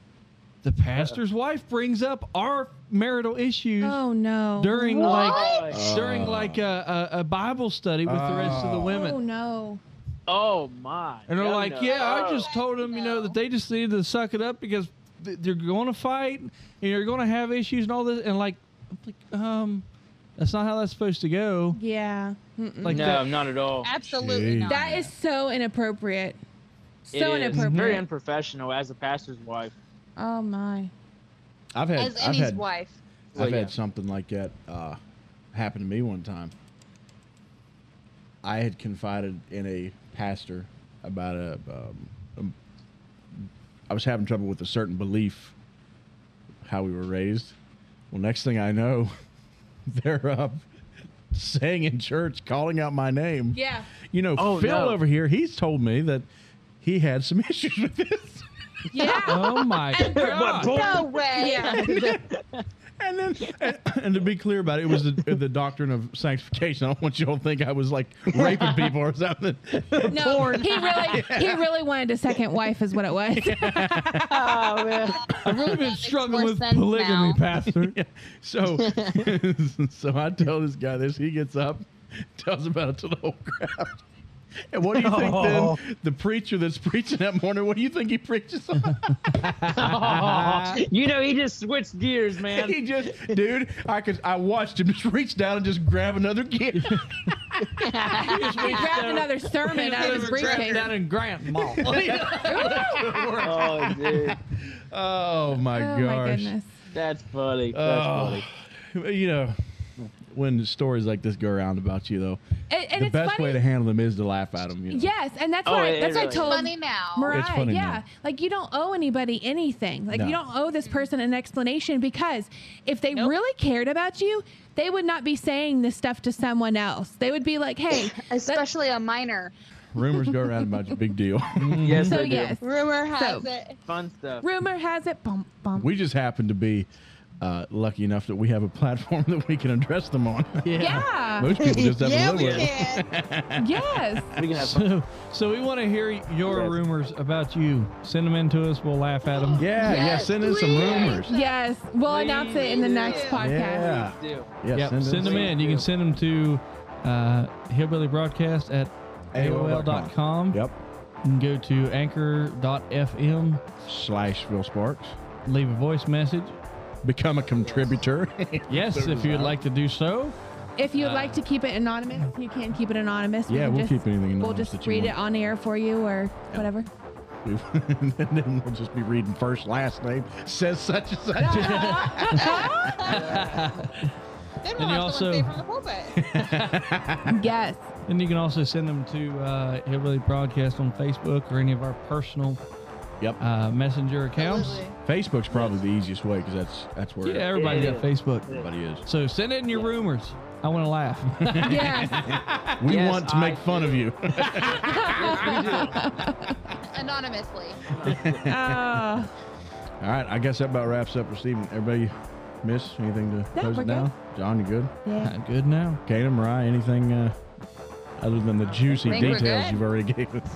S6: The pastor's wife brings up
S8: [laughs]
S6: our [laughs] marital issues
S5: oh no
S6: during like
S7: What?
S6: during like a, a, a Bible study with the rest of the
S4: Oh.
S6: women.
S5: oh no
S7: Oh my.
S6: And they're
S7: No,
S6: like,
S7: no.
S6: yeah, I
S7: Oh.
S6: just told them, you know, that they just needed to suck it up because th- they're going to fight and you're going to have issues and all this. And like, I'm like, um, that's not how that's supposed to go.
S5: yeah Mm-mm.
S6: Like,
S7: No,
S6: that-
S7: not at all.
S8: Absolutely not.
S5: That is so inappropriate.
S7: It
S5: So
S7: is
S5: inappropriate.
S7: very unprofessional as a pastor's wife.
S5: oh my.
S4: I've had,
S8: As
S4: I've
S8: Annie's
S4: had,
S8: wife.
S7: Well,
S4: I've
S7: yeah.
S4: had something like that uh, happen to me one time. I had confided in a pastor about a. Um, um, I was having trouble with a certain belief, how we were raised. Well, next thing I know, [laughs] they're up saying in church, calling out my name.
S5: [laughs] Yeah.
S4: You know,
S7: Oh,
S4: Phil
S7: no.
S4: over here, he's told me that he had some [laughs] issues with this.
S5: Yeah.
S6: oh
S5: [laughs]
S6: my God.
S8: No way.
S5: yeah.
S4: And then, and, and to be clear about it, it was the, the doctrine of sanctification. I don't want you all to think I was like raping people or something. [laughs]
S5: No. He really he really wanted a second wife is what it was.
S9: Oh, man.
S6: I've really been
S8: makes
S6: struggling
S8: more
S6: with
S8: sense
S6: polygamy,
S8: now. [laughs]
S6: Pastor.
S4: So, [laughs] so I tell this guy this. He gets up, tells about it to the whole crowd. And what do you think
S6: Oh.
S4: then? The preacher that's preaching that morning, what do you think he preaches [laughs] on?
S7: you know, he just switched gears, man.
S4: he just, dude, I could, I watched him just reach down and just grab another kid. [laughs]
S5: he grabbed another sermon out of his briefcase.
S6: down in Grant Mall.
S8: [laughs]
S7: oh, dude.
S4: oh my
S5: Oh
S4: gosh.
S5: my goodness.
S7: That's funny. That's
S4: Oh,
S7: funny.
S4: you know, when stories like this go around about you, though,
S5: And, and
S4: the
S5: it's
S4: best
S5: funny.
S4: way to handle them is to laugh at them. You know?
S5: Yes, and that's
S7: Oh,
S5: why
S7: it- it
S5: that's why I
S7: really is.
S5: told
S8: Funny now.
S5: Mariah,
S4: It's funny
S5: yeah.
S4: now.
S5: Like you don't owe anybody anything. Like
S4: No.
S5: you don't owe this person an explanation because if they really cared about you, they would not be saying this stuff to someone else. They would be
S4: [laughs]
S5: like, "Hey,
S8: Especially a minor.
S4: Rumors go around about you, big deal.
S6: Mm-hmm.
S7: Yes,
S5: so
S7: they do.
S5: yes,
S8: Rumor has
S5: So-
S8: it.
S7: Fun stuff.
S5: rumor has it bump bump."
S4: we just happen to be uh, lucky enough that we have a platform [laughs] that we can address them on.
S5: yeah.
S4: Most people just have
S8: Yeah,
S4: to live
S8: we
S4: with it. [laughs]
S5: [laughs]
S8: can.
S5: yes.
S7: We can have
S6: [laughs]
S7: fun.
S6: so, so we want to hear your
S7: Yes.
S6: rumors about you. Send them in to us. We'll laugh at them.
S4: Yeah, yeah, send in some
S8: please.
S4: rumors.
S5: Yes. We'll announce it in the next
S8: Yeah.
S5: podcast.
S4: Yeah,
S7: Do.
S4: yeah
S6: Yep, send, them in. You can send them to uh, hillbillybroadcast at AOL.com.
S4: Yep.
S6: You can go to anchor.fm,
S4: Slash Phil Sparks.
S6: leave a voice message.
S4: Become a contributor. [laughs]
S6: Yes, if you would like to do so.
S5: If you'd like to keep it anonymous, you can keep it anonymous.
S4: Yeah,
S5: can
S4: we'll keep anything
S5: We'll
S4: anonymous
S5: just
S4: that you
S5: read
S4: want.
S5: it on air for you or
S4: [laughs]
S5: whatever.
S4: and then we'll just be reading first, last name, says such and such.
S8: Then
S6: you
S8: we'll have
S6: also-
S8: someone say from the pulpit.
S5: yes.
S6: And you can also send them to uh, Hillbilly Broadcast on Facebook or any of our personal
S4: Yep.
S6: uh, messenger accounts.
S8: Absolutely.
S4: Facebook's probably the easiest way because that's that's where
S6: Yeah, everybody's got Facebook.
S4: everybody is.
S6: So send in your rumors. I want to laugh. [laughs]
S4: [laughs]
S5: Yes.
S4: We
S7: Yes,
S4: want to make
S7: I
S4: fun of you.
S8: Anonymously.
S5: Uh,
S4: All right, I guess that about wraps up for Steven. Everybody miss anything to
S5: No,
S4: close
S5: we're
S4: it down? John, you good?
S5: yeah.
S6: Not Good now.
S4: Kana, Mariah, anything uh, other than the juicy
S8: Think we're
S4: details
S8: good?
S4: you've already gave us?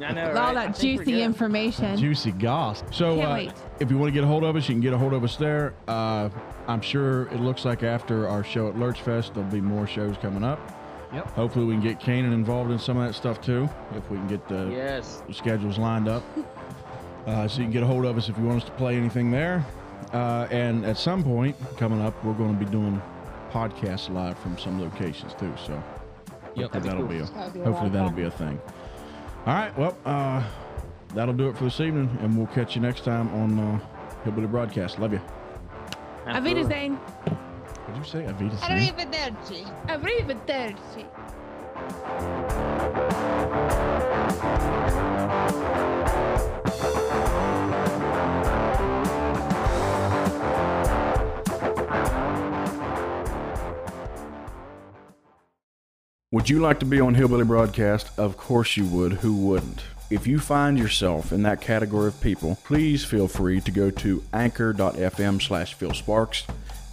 S7: I know,
S5: With
S7: right?
S5: all
S7: I
S5: that
S7: think we're
S5: juicy
S7: good.
S5: information.
S4: Juicy goss. So,
S5: Can't
S4: uh,
S5: wait.
S4: if you want to get a hold of us, you can get a hold of us there. Uh, I'm sure it looks like after our show at Lurch Fest, there'll be more shows coming up.
S6: Yep.
S4: Hopefully, we can get Kanan involved in some of that stuff too, if we can get the
S7: Yes.
S4: schedules lined up. Uh, so you can get a hold of us if you want us to play anything there. Uh, and at some point coming up, we're going to be doing podcasts live from some locations too. So
S6: Yep.
S4: hopefully that'll be a,
S8: That'd be a lot
S4: hopefully
S8: of
S4: that'll
S8: fun.
S4: be a thing. All right, well, uh, that'll do it for this evening, and we'll catch you next time on uh, Hillbilly Broadcast. Love you.
S5: Avita saying,
S4: Did you say Avita?
S8: I don't
S4: Singh?
S8: even know, G.
S5: Arrivederci.
S1: Would you like to be on Hillbilly Broadcast? Of course you would. Who wouldn't? If you find yourself in that category of people, please feel free to go to anchor.fm slash Phil Sparks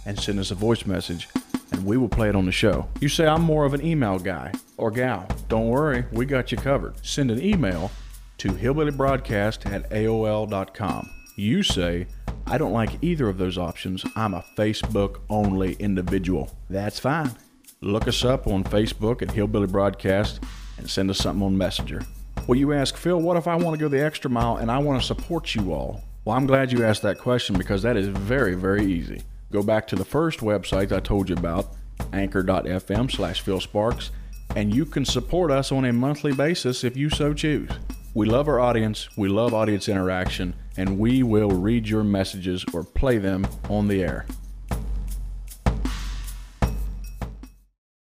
S1: and send us a voice message and we will play it on the show. You say, I'm more of an email guy or gal. Don't worry, we got you covered. Send an email to hillbillybroadcast at AOL.com. You say, I don't like either of those options. I'm a Facebook only individual. That's fine. Look us up on Facebook at Hillbilly Broadcast and send us something on Messenger. Well, you ask, Phil, what if I want to go the extra mile and I want to support you all? Well, I'm glad you asked that question because that is very, very easy. Go back to the first website I told you about, anchor.fm slash Phil Sparks, and you can support us on a monthly basis if you so choose. We love our audience, we love audience interaction, and we will read your messages or play them on the air.